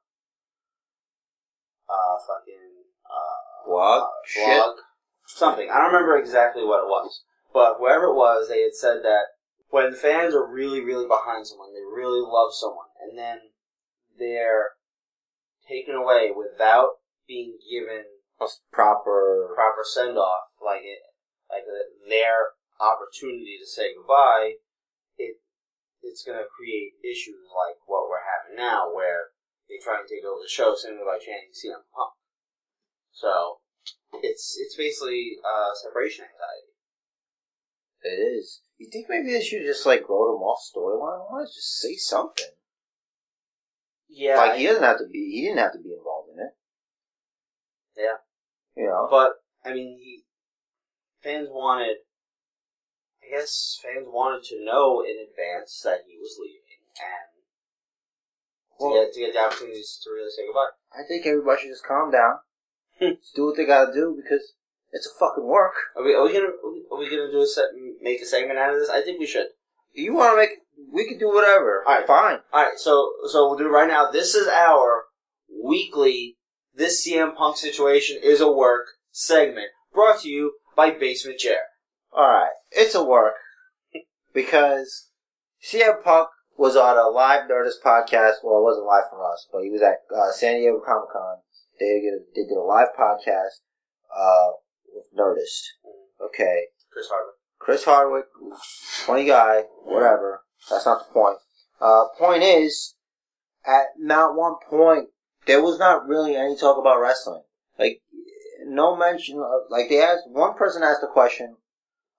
Speaker 1: uh fucking uh
Speaker 2: Blog?
Speaker 1: uh,
Speaker 2: Shit.
Speaker 1: blog. something. I don't remember exactly what it was. But whoever it was, they had said that when fans are really, really behind someone, they really love someone, and then they're taken away without being given
Speaker 2: That's proper.
Speaker 1: proper send off, like it, like their opportunity to say goodbye, it it's going to create issues like what we're having now, where they try and take over the show simply by chanting CM Punk. So it's it's basically uh, separation anxiety.
Speaker 2: It is. You think maybe they should just like wrote him off storyline wise? Just say something.
Speaker 1: Yeah,
Speaker 2: like he doesn't have to be. He didn't have to be involved in it.
Speaker 1: Yeah.
Speaker 2: You know.
Speaker 1: but I mean, he, fans wanted. I guess fans wanted to know in advance that he was leaving, and to
Speaker 2: Well-
Speaker 1: get to get the opportunities to really say goodbye.
Speaker 2: I think everybody should just
Speaker 1: [LAUGHS]
Speaker 2: calm down. just do what they gotta do because it's a fucking work.
Speaker 1: Are we, are we gonna are we gonna do a set, make a segment out of this? I think we should.
Speaker 2: You want to make? We can do whatever.
Speaker 1: All right.
Speaker 2: fine.
Speaker 1: All right, so so we'll do it right now. This is our weekly. This CM Punk situation is a work segment brought to you by Basement Chair.
Speaker 2: All right, it's
Speaker 1: [LAUGHS]
Speaker 2: a work because CM Punk was on a live Nerdist podcast. Well, it wasn't live from us, but he was at uh, San Diego Comic Con. They did a, they did a live podcast uh, with Nerdist.
Speaker 1: Mm-hmm.
Speaker 2: Okay,
Speaker 1: Chris Hardwick.
Speaker 2: Chris Hardwick, funny guy, whatever. That's not the point. Uh, point is, at not one point, there was not really any talk about wrestling. Like, no mention of, like, they asked, one person asked a question,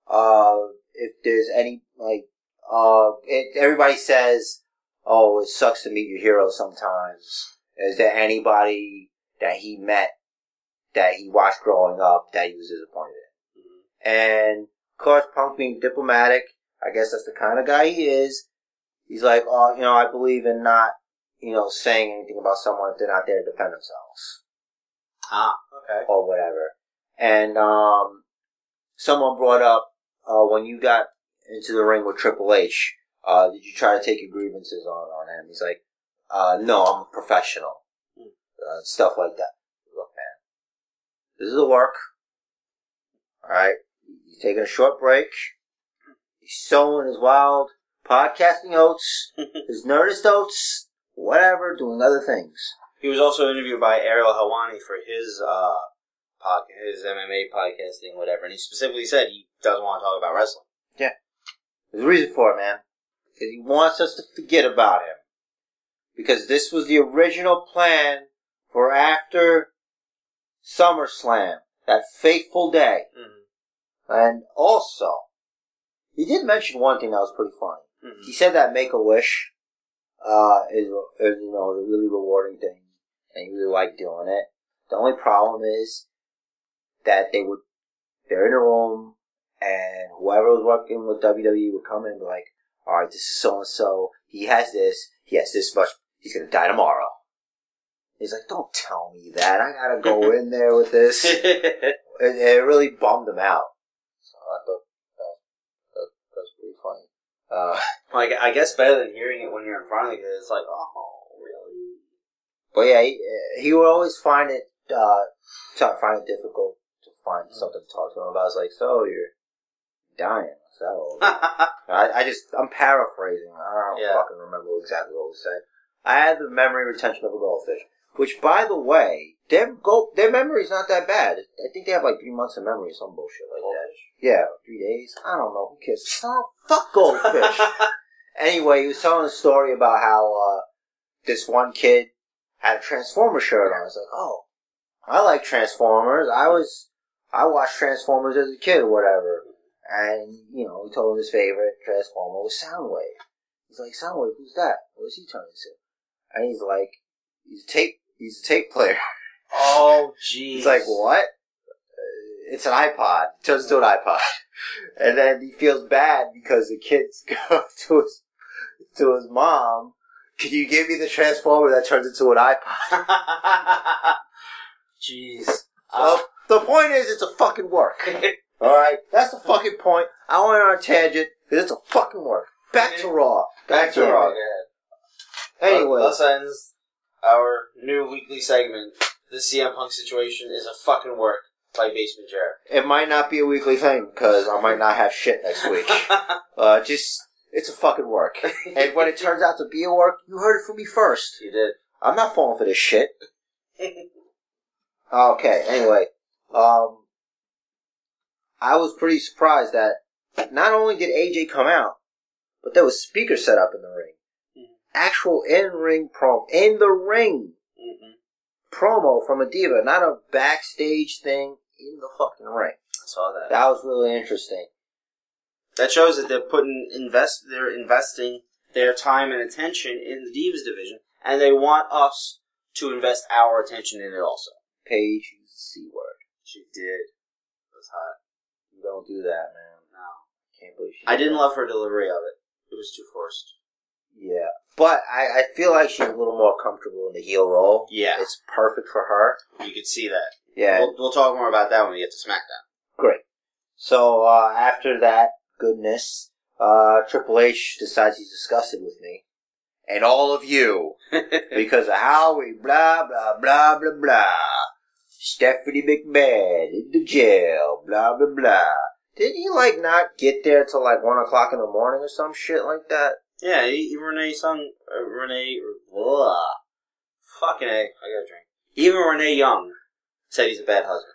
Speaker 2: uh, if there's any, like, uh, it, everybody says, oh, it sucks to meet your hero sometimes. Is there anybody that he met, that he watched growing up, that he was disappointed in? And of course, Punk being diplomatic, I guess that's the kind of guy he is. He's like, oh, you know, I believe in not, you know, saying anything about someone if they're not there to defend themselves
Speaker 1: Ah, okay.
Speaker 2: or whatever. And um, someone brought up uh, when you got into the ring with Triple H, uh, did you try to take your grievances on on him? He's like, uh, no, I'm a professional. Uh, stuff like that. Look, man, this is the work. All right, he's taking a short break. He's sowing his wild podcasting oats, his nerdist oats, whatever, doing other things.
Speaker 1: He was also interviewed by Ariel Helwani for his uh, podcast, his MMA podcasting, whatever, and he specifically said he doesn't want to talk about wrestling.
Speaker 2: There's a reason for it, man. Because he wants us to forget about him. Because this was the original plan for after SummerSlam, that fateful day.
Speaker 1: Mm-hmm.
Speaker 2: And also, he did mention one thing that was pretty funny.
Speaker 1: Mm-hmm.
Speaker 2: He said that Make a Wish uh, is, is, you know, a really rewarding thing, and he really liked doing it. The only problem is that they would they're in a room, and whoever was working with WWE would come in and be like, "All right, this is so and so. He has this. He has this much. He's gonna die tomorrow." He's like, "Don't tell me that. I gotta go in there with this." It, it really bummed him out. So I thought that, that, that was pretty funny. Uh,
Speaker 1: [LAUGHS] like, I guess better than hearing it when you're in front of you, 'cause it's like, oh, really?
Speaker 2: But yeah, he, he would always find it uh, t- find it difficult to find something to talk to him about. It's like, so you're dying. What's that all about?
Speaker 1: [LAUGHS]
Speaker 2: I, I just I'm paraphrasing. I don't
Speaker 1: Yeah.
Speaker 2: fucking remember exactly what was said. I had the memory retention of a goldfish, which, by the way, their go their memory's not that bad. I think they have like three months of memory, or some bullshit like that. Yeah, three days. I don't know. Who cares? Oh, fuck goldfish. anyway, he was telling a story about how uh, this one kid had a Transformer shirt on. I was like, oh, I like Transformers. I was, I watched Transformers as a kid or whatever. And, you know, he told him his favorite Transformer was Soundwave. He's like, Soundwave, who's that? What is he turning into? And he's like, he's a tape, he's a tape player. [LAUGHS]
Speaker 1: oh, jeez.
Speaker 2: He's like, what? Uh, It's an iPod. It turns to an iPod. [LAUGHS] And then he feels bad because the kids [LAUGHS] go to his, to his mom, can you give me the Transformer that turns into an iPod?
Speaker 1: [LAUGHS] jeez.
Speaker 2: Uh,
Speaker 1: Oh.
Speaker 2: the point is, it's a fucking work. Alright? That's the fucking point. I went on a tangent, because it's a fucking work. Back to Raw.
Speaker 1: Back to Raw.
Speaker 2: Anyway.
Speaker 1: Thus ends our new weekly segment. The CM Punk situation is a fucking work by Basement Jared.
Speaker 2: It might not be a weekly thing because I might not have shit next week. Uh, just it's a fucking work, and when it turns out to be a work, you heard it from me first.
Speaker 1: you [LAUGHS] did.
Speaker 2: I'm not falling for this shit.
Speaker 1: Mm-hmm.
Speaker 2: Okay. Anyway, um, I was pretty surprised that not only did AJ come out, but there was speakers set up in the ring.
Speaker 1: Mhm.
Speaker 2: Actual in ring prom in the ring
Speaker 1: Mm-hmm.
Speaker 2: promo from a diva, not a backstage thing in the fucking ring.
Speaker 1: I saw that.
Speaker 2: That was really interesting.
Speaker 1: That shows that they're putting invest. They're investing their time and attention in the divas division, and they want us to invest our attention in it also.
Speaker 2: Paige used the c word.
Speaker 1: She did. It was hot.
Speaker 2: You don't do that, man.
Speaker 1: No,
Speaker 2: Can't believe she
Speaker 1: I
Speaker 2: did
Speaker 1: didn't
Speaker 2: that.
Speaker 1: love her delivery of it. It was too forced.
Speaker 2: Yeah, but I, I feel like she's a little more comfortable in the heel role.
Speaker 1: Yeah.
Speaker 2: it's perfect for her.
Speaker 1: You could see that.
Speaker 2: Yeah,
Speaker 1: We'll, we'll talk more about that when we get to SmackDown.
Speaker 2: great. So uh, after that goodness, uh, Triple H decides he's disgusted with me and all of you because of how we blah blah blah blah blah. Stephanie McMahon in the jail, blah blah blah. Didn't he like not get there till like one o'clock in the morning or some shit like that?
Speaker 1: [LAUGHS] yeah, even Renee Sung, uh, Renee, blah, fucking a. I got a drink. Even Renee Young said he's a bad husband.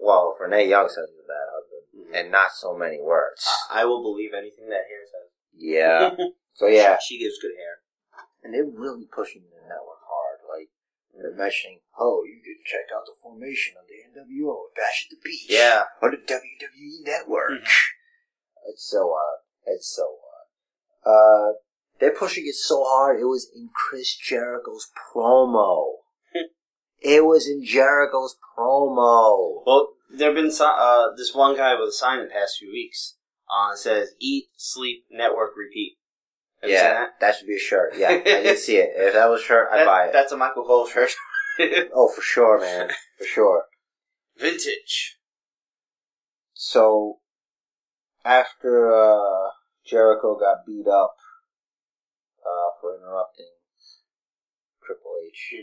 Speaker 2: Well, Renee Young says he's a bad husband, and not so many words.
Speaker 1: I, I will believe anything that hair says.
Speaker 2: Yeah. So yeah,
Speaker 1: she, she gives good hair.
Speaker 2: and they're really pushing the network hard. Like they're mentioning, oh, you didn't check out the formation of the NWO at Bash at the Beach.
Speaker 1: Yeah.
Speaker 2: on the WWE E Network.
Speaker 1: Mm-hmm.
Speaker 2: It's so odd. It's so odd. Uh, they're pushing it so hard. It was in Chris Jericho's
Speaker 1: [LAUGHS]
Speaker 2: promo. it was in Jericho's promo.
Speaker 1: Well, there've been so, uh, this one guy with a sign the past few weeks. Uh, it says "Eat, Sleep, Network, Repeat." Have you seen
Speaker 2: yeah,
Speaker 1: that?
Speaker 2: that should be a shirt. Yeah, I did see it. If that was a shirt,
Speaker 1: [LAUGHS]
Speaker 2: I'd
Speaker 1: That-
Speaker 2: buy it.
Speaker 1: That's a Michael Cole shirt. [LAUGHS]
Speaker 2: Oh, for sure, man. For sure.
Speaker 1: Vintage.
Speaker 2: So, after uh, Jericho got beat up uh, for interrupting Triple H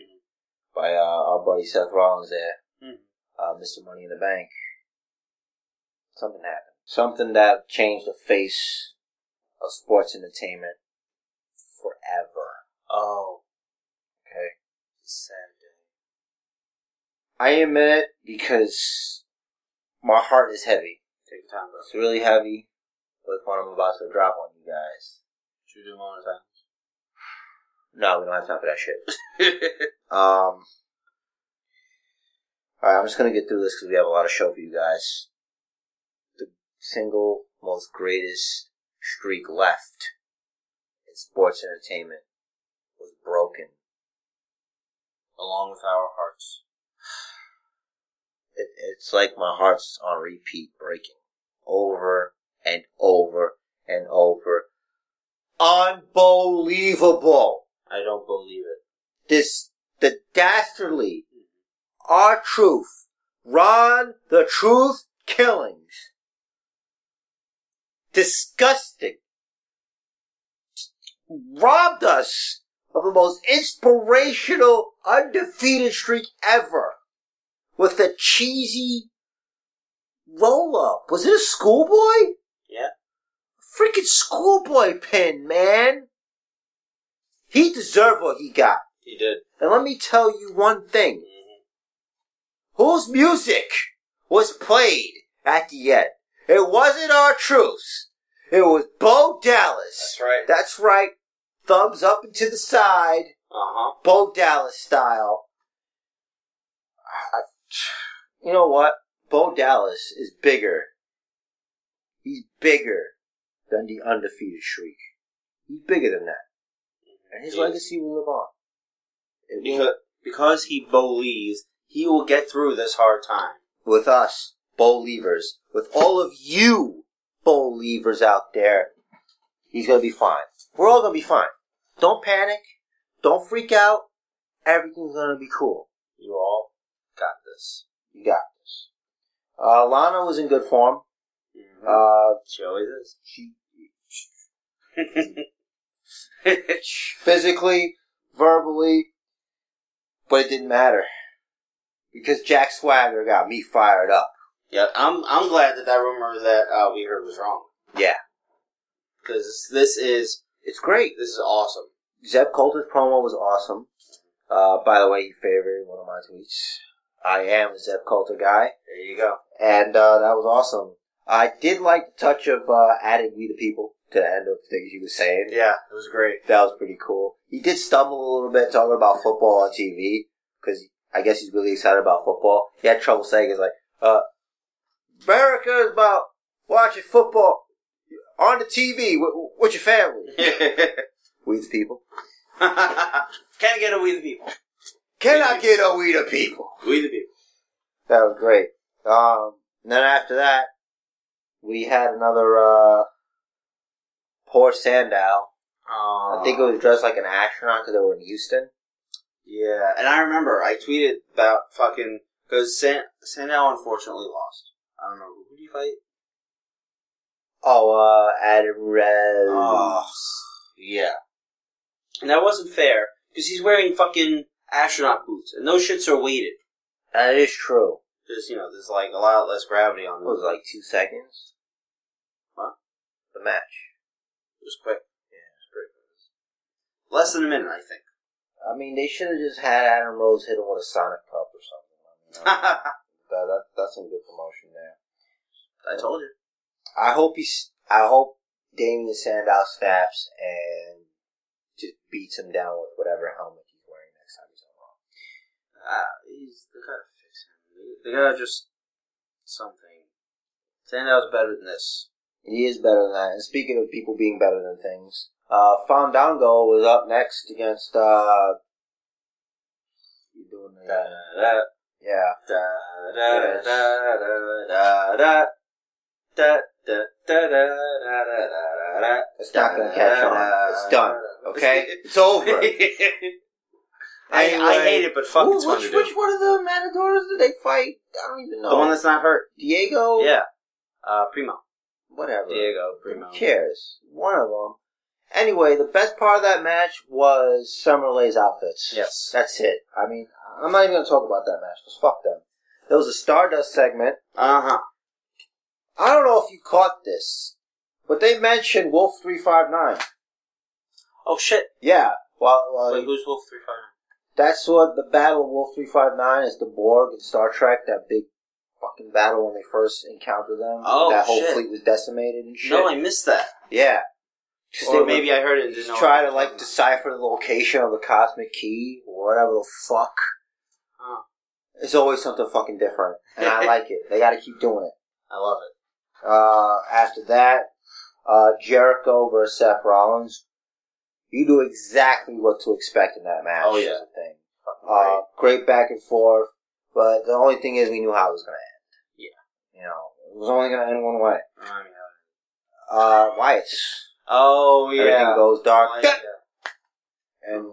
Speaker 2: by uh, our buddy Seth Rollins there,
Speaker 1: Mhm.
Speaker 2: uh, Mr. Money in the Bank, something happened. Something that changed the face of sports entertainment forever.
Speaker 1: Oh,
Speaker 2: Okay.
Speaker 1: sad.
Speaker 2: I admit it because my heart is heavy.
Speaker 1: Take your [LAUGHS] time, bro.
Speaker 2: It's really heavy with what I'm about to drop on you guys.
Speaker 1: Should we do one at
Speaker 2: No, we don't have time for that shit.
Speaker 1: a time?
Speaker 2: Um, alright, I'm just gonna get through this because we have a lot of show for you guys. The single most greatest streak left in sports entertainment was broken.
Speaker 1: Along with our hearts.
Speaker 2: It, it's like my heart's on repeat breaking over and over and over. Unbelievable!
Speaker 1: I don't believe it.
Speaker 2: this the dastardly our truth ron the truth killings disgusting robbed us of the most inspirational undefeated streak ever with the cheesy roll up was it a schoolboy
Speaker 1: Yeah.
Speaker 2: freaking schoolboy pin man he deserved what he got
Speaker 1: He did.
Speaker 2: and let me tell you one thing.
Speaker 1: Mm-hmm.
Speaker 2: Whose music was played at the end? It wasn't our truths. It was Bo Dallas.
Speaker 1: That's right.
Speaker 2: That's right. Thumbs up and to the side.
Speaker 1: Uh huh.
Speaker 2: Bo Dallas style. I, you know what? Bo Dallas is bigger. He's bigger than the undefeated Shriek. He's bigger than that. And his
Speaker 1: Yeah.
Speaker 2: legacy will live on. It will.
Speaker 1: Because, because he believes he will get through this hard time.
Speaker 2: with us believers, with all of you believers out there, he's gonna be fine. We're all gonna be fine. Don't panic. Don't freak out. Everything's gonna be cool.
Speaker 1: You all got this.
Speaker 2: You got this. Uh, Lana was in good form. Uh,
Speaker 1: Mm-hmm. [LAUGHS] she always is.
Speaker 2: she physically, verbally, but it didn't matter because Jack Swagger got me fired up.
Speaker 1: [LAUGHS] yeah, I'm. I'm glad that that rumor that uh, we heard was wrong
Speaker 2: Yeah,
Speaker 1: because this is
Speaker 2: it's great.
Speaker 1: this is awesome.
Speaker 2: Zeb Coulter's promo was awesome. Uh, by the way, he favored one of my tweets. I am a Zeb Coulter guy,
Speaker 1: There you go.
Speaker 2: and uh, that was awesome. I did like the touch of uh, adding "We the People." to the end of things he was saying.
Speaker 1: Yeah, it was [LAUGHS] great.
Speaker 2: That was pretty cool. He did stumble a little bit talking about football on TV because I guess he's really excited about football. He had trouble saying it's like, uh, America is about watching football on the TV with, with your family. We the people.
Speaker 1: Can I get a we the people?
Speaker 2: Can I get a we the people?
Speaker 1: We the people.
Speaker 2: That was great. Um, and then after that, we had another, uh, poor Sandow.
Speaker 1: Um,
Speaker 2: I think it was dressed like an astronaut because they were in Houston.
Speaker 1: Yeah, and I remember I tweeted about fucking because San Sandow unfortunately lost. I don't remember who did he fight.
Speaker 2: Oh, uh, Adam Rez.
Speaker 1: Oh, yeah. And that wasn't fair because he's wearing fucking astronaut boots, and those shits are weighted
Speaker 2: That is true.
Speaker 1: because you know there's like a lot less gravity on
Speaker 2: It
Speaker 1: them.
Speaker 2: was like two seconds.
Speaker 1: Huh?
Speaker 2: The match.
Speaker 1: It was quick. Yeah, it was pretty quick. Less than a minute, I think. [LAUGHS]
Speaker 2: I mean, they should have just had Adam Rose hit him with a Sonic Cup or something. I mean, that,
Speaker 1: I
Speaker 2: that, that's some good promotion there.
Speaker 1: told you.
Speaker 2: I hope he's. I hope Damien Sandow snaps and just beats him down with whatever helmet he's wearing next time he's on Raw.
Speaker 1: Uh, he's they gotta fix him. They, they gotta just something. Sandow's better than this.
Speaker 2: He is better than that. And speaking of people being better than things, uh, Fandango was up next against, uh, you doing the,
Speaker 1: Da, da,
Speaker 2: yeah.
Speaker 1: da, da, da, da, da, da. Da, da, da, da, da, da, da, da.
Speaker 2: It's not gonna catch on. It's done.
Speaker 1: [LAUGHS]
Speaker 2: Okay? It's over.
Speaker 1: I, I hate it, but fuck,
Speaker 2: Who-
Speaker 1: it's fun
Speaker 2: which,
Speaker 1: to do.
Speaker 2: which one of the Matadors did they fight? I don't even know.
Speaker 1: The one that's not hurt.
Speaker 2: Diego?
Speaker 1: Yeah. Uh, Primo.
Speaker 2: Whatever.
Speaker 1: Diego Primo.
Speaker 2: Who cares? One of them. Anyway, the best part of that match was Summer Rae's outfits.
Speaker 1: Yes.
Speaker 2: That's it. I mean, I'm not even gonna talk about that match, because fuck them. There was a Stardust segment.
Speaker 1: Uh
Speaker 2: Uh-huh.
Speaker 1: huh.
Speaker 2: I don't know if you caught this, but they mentioned Wolf three five nine.
Speaker 1: Oh shit.
Speaker 2: Yeah, well, well,
Speaker 1: Wait, who's Wolf Three Five?
Speaker 2: that's what the battle of Wolf three five nine is. The Borg in Star Trek, that big fucking battle when they first encountered them.
Speaker 1: Oh,
Speaker 2: that whole
Speaker 1: shit.
Speaker 2: fleet was decimated and shit.
Speaker 1: No, I missed that.
Speaker 2: yeah, 'Cause
Speaker 1: Or
Speaker 2: were
Speaker 1: maybe I heard it. and Didn't know
Speaker 2: try
Speaker 1: what
Speaker 2: to
Speaker 1: it
Speaker 2: like
Speaker 1: was.
Speaker 2: decipher the location of the cosmic key, or whatever the fuck.
Speaker 1: Huh.
Speaker 2: It's always something fucking different, and
Speaker 1: [LAUGHS]
Speaker 2: I like it. They got to keep doing it.
Speaker 1: I love it.
Speaker 2: Uh, after that, uh, Jericho versus Seth Rollins. You knew exactly what to expect in that match.
Speaker 1: Oh, yeah.
Speaker 2: is the Thing.
Speaker 1: Fucking
Speaker 2: Uh, great back and forth, but the only thing is we knew how it was going to end. Yeah. You know, it was only going to end one way.
Speaker 1: great. I mean, uh,
Speaker 2: Uh, Wyatt's.
Speaker 1: Oh yeah.
Speaker 2: Everything goes dark.
Speaker 1: Like, yeah.
Speaker 2: And,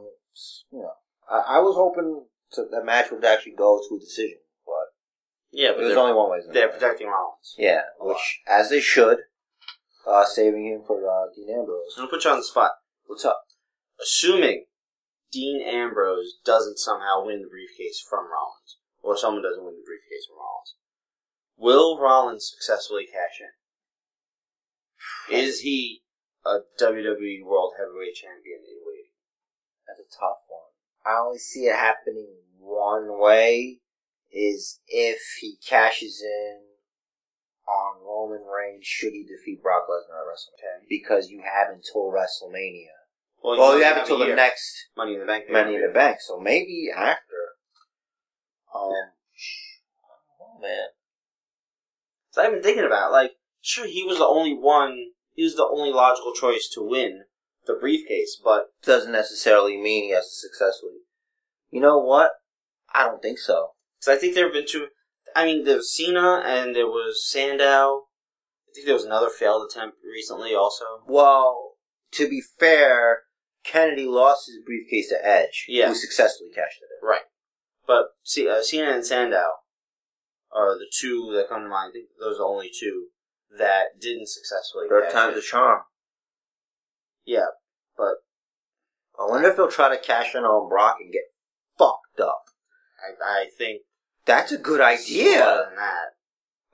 Speaker 2: you know, I, I was hoping to, the match would actually go to a decision, but
Speaker 1: Yeah,
Speaker 2: it
Speaker 1: but
Speaker 2: was
Speaker 1: they're,
Speaker 2: only one way.
Speaker 1: they're protecting Rollins.
Speaker 2: Yeah,
Speaker 1: A lot.
Speaker 2: which, as they should, uh, saving him for, uh, Dean Ambrose.
Speaker 1: I'm gonna put you on the spot.
Speaker 2: What's up?
Speaker 1: Assuming Dean Ambrose doesn't somehow win the briefcase from Rollins, or someone doesn't win the briefcase from Rollins, will Rollins successfully cash in? Is he a WWE World Heavyweight Champion in waiting?
Speaker 2: That's a tough one. I only see it happening one way is if he cashes in on Roman Reigns should he defeat Brock Lesnar at WrestleMania.
Speaker 1: Okay.
Speaker 2: Because you have until WrestleMania.
Speaker 1: Well,
Speaker 2: Well,
Speaker 1: don't
Speaker 2: you have
Speaker 1: a
Speaker 2: until the
Speaker 1: year.
Speaker 2: next
Speaker 1: Money in the Bank.
Speaker 2: Money in the
Speaker 1: pay-per-view.
Speaker 2: Bank, so maybe after. Um, oh man.
Speaker 1: So I've been thinking about like, sure, he was the only one. He was the only logical choice to win the briefcase, but
Speaker 2: Doesn't necessarily mean he has to successfully. You know what? I don't think so.
Speaker 1: cause I think there have been two. I mean, there was Cena and there was Sandow. I think there was another failed attempt recently, also.
Speaker 2: Well, to be fair, Kennedy lost his briefcase to Edge,
Speaker 1: Yeah.
Speaker 2: who successfully cashed it.
Speaker 1: Right, but C- uh, Cena and Sandow are the two that come to mind. I think those are the only two that didn't successfully.
Speaker 2: in. Third
Speaker 1: cash
Speaker 2: time's
Speaker 1: in.
Speaker 2: a charm.
Speaker 1: yeah, but
Speaker 2: I wonder if he'll try to cash in on Brock and get fucked up.
Speaker 1: I, I think
Speaker 2: That's a good
Speaker 1: smarter
Speaker 2: idea.
Speaker 1: than that.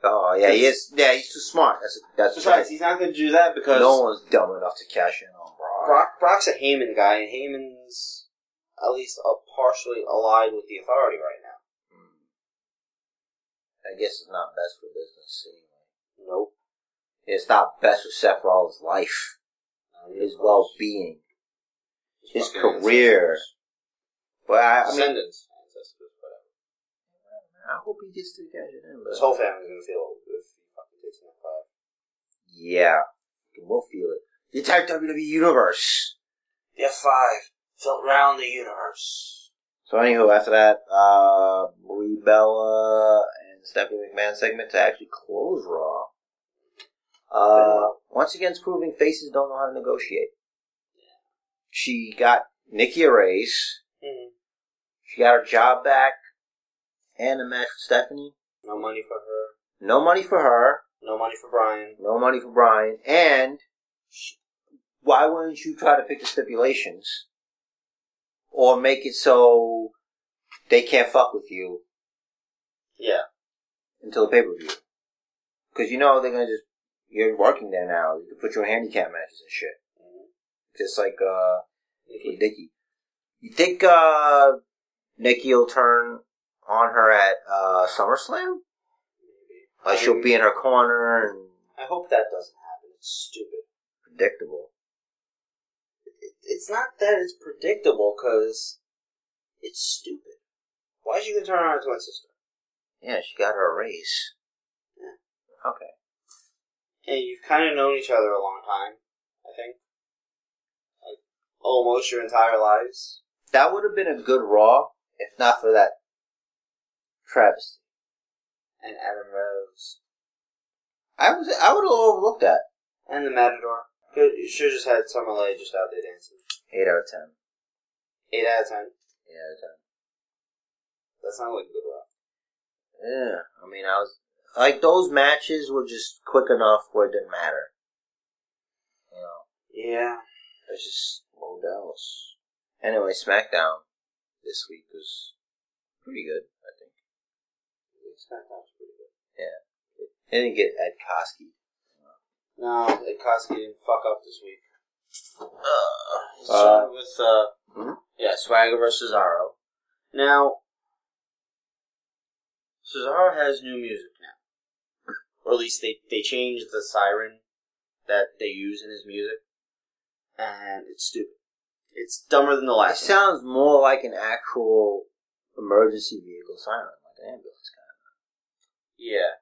Speaker 2: Oh yeah, he is. Yeah, he's too smart. That's a, that's
Speaker 1: Besides,
Speaker 2: right.
Speaker 1: he's not going to do that because
Speaker 2: No one's dumb enough to cash in on Brock.
Speaker 1: Brock Brock's a Heyman guy, and Heyman's at least uh, partially allied with the authority right now.
Speaker 2: Hmm. I guess it's not best for business anyway.
Speaker 1: Nope.
Speaker 2: It's not best for Seth Rollins' life. his well being. His career. But I, I mean,
Speaker 1: Descendants. Ancestors, whatever.
Speaker 2: I hope he gets to cash it in.
Speaker 1: His
Speaker 2: But
Speaker 1: whole family's gonna feel old if he fucking takes that five.
Speaker 2: yeah, we'll feel it. You type WWE E Universe.
Speaker 1: The F5 felt round the universe.
Speaker 2: So anywho, after that, uh, Brie Bella and Stephanie McMahon segment to actually close Raw. Uh, once again, it's proving faces don't know how to negotiate. She got Nikki a raise.
Speaker 1: Mm-hmm.
Speaker 2: She got her job back and a match with Stephanie.
Speaker 1: No money for her.
Speaker 2: No money for her.
Speaker 1: No money for Brian.
Speaker 2: No money for Brian. And sh- why wouldn't you try to pick the stipulations or make it so they can't fuck with you
Speaker 1: Yeah.
Speaker 2: until the pay per view? Because you know they're gonna just you're working there now. You can put your handicap matches and shit,
Speaker 1: Mm-hmm.
Speaker 2: just like uh with Nikki. You think uh Nikki will turn on her at uh SummerSlam? Like Uh, she'll be in her corner and
Speaker 1: I hope that doesn't happen. It's stupid.
Speaker 2: predictable.
Speaker 1: It, it's not that it's predictable, because it's stupid. Why is she gonna turn on her twin sister?
Speaker 2: Yeah, she got her raise. Okay.
Speaker 1: And you've kind of known each other a long time, I think. Like, almost your entire lives.
Speaker 2: That would have been a good Raw if not for that travesty.
Speaker 1: And Adam Rose.
Speaker 2: I was I would have overlooked that.
Speaker 1: And the Matador. Good- You should have just had Summer Lay just out there dancing.
Speaker 2: Eight out of ten.
Speaker 1: 8 out of 10.
Speaker 2: Eight out of ten.
Speaker 1: That's not like good rock.
Speaker 2: Yeah, I mean, I was like those matches were just quick enough where it didn't matter. You know,
Speaker 1: Yeah.
Speaker 2: it's just Modell's. Anyway, SmackDown this week was pretty good. I think
Speaker 1: SmackDown's pretty good.
Speaker 2: they didn't get Ed Koski.
Speaker 1: No, Ikoski didn't fuck up this week. Uh,
Speaker 2: Uh,
Speaker 1: with, uh,
Speaker 2: Mhm.
Speaker 1: yeah, Swagger versus Cesaro. Now, Cesaro has new music now. Or at least they, they changed the siren that they use in his music. And it's stupid. It's dumber than the
Speaker 2: It
Speaker 1: last one.
Speaker 2: sounds more like an actual emergency vehicle siren, like an ambulance kind.
Speaker 1: Yeah.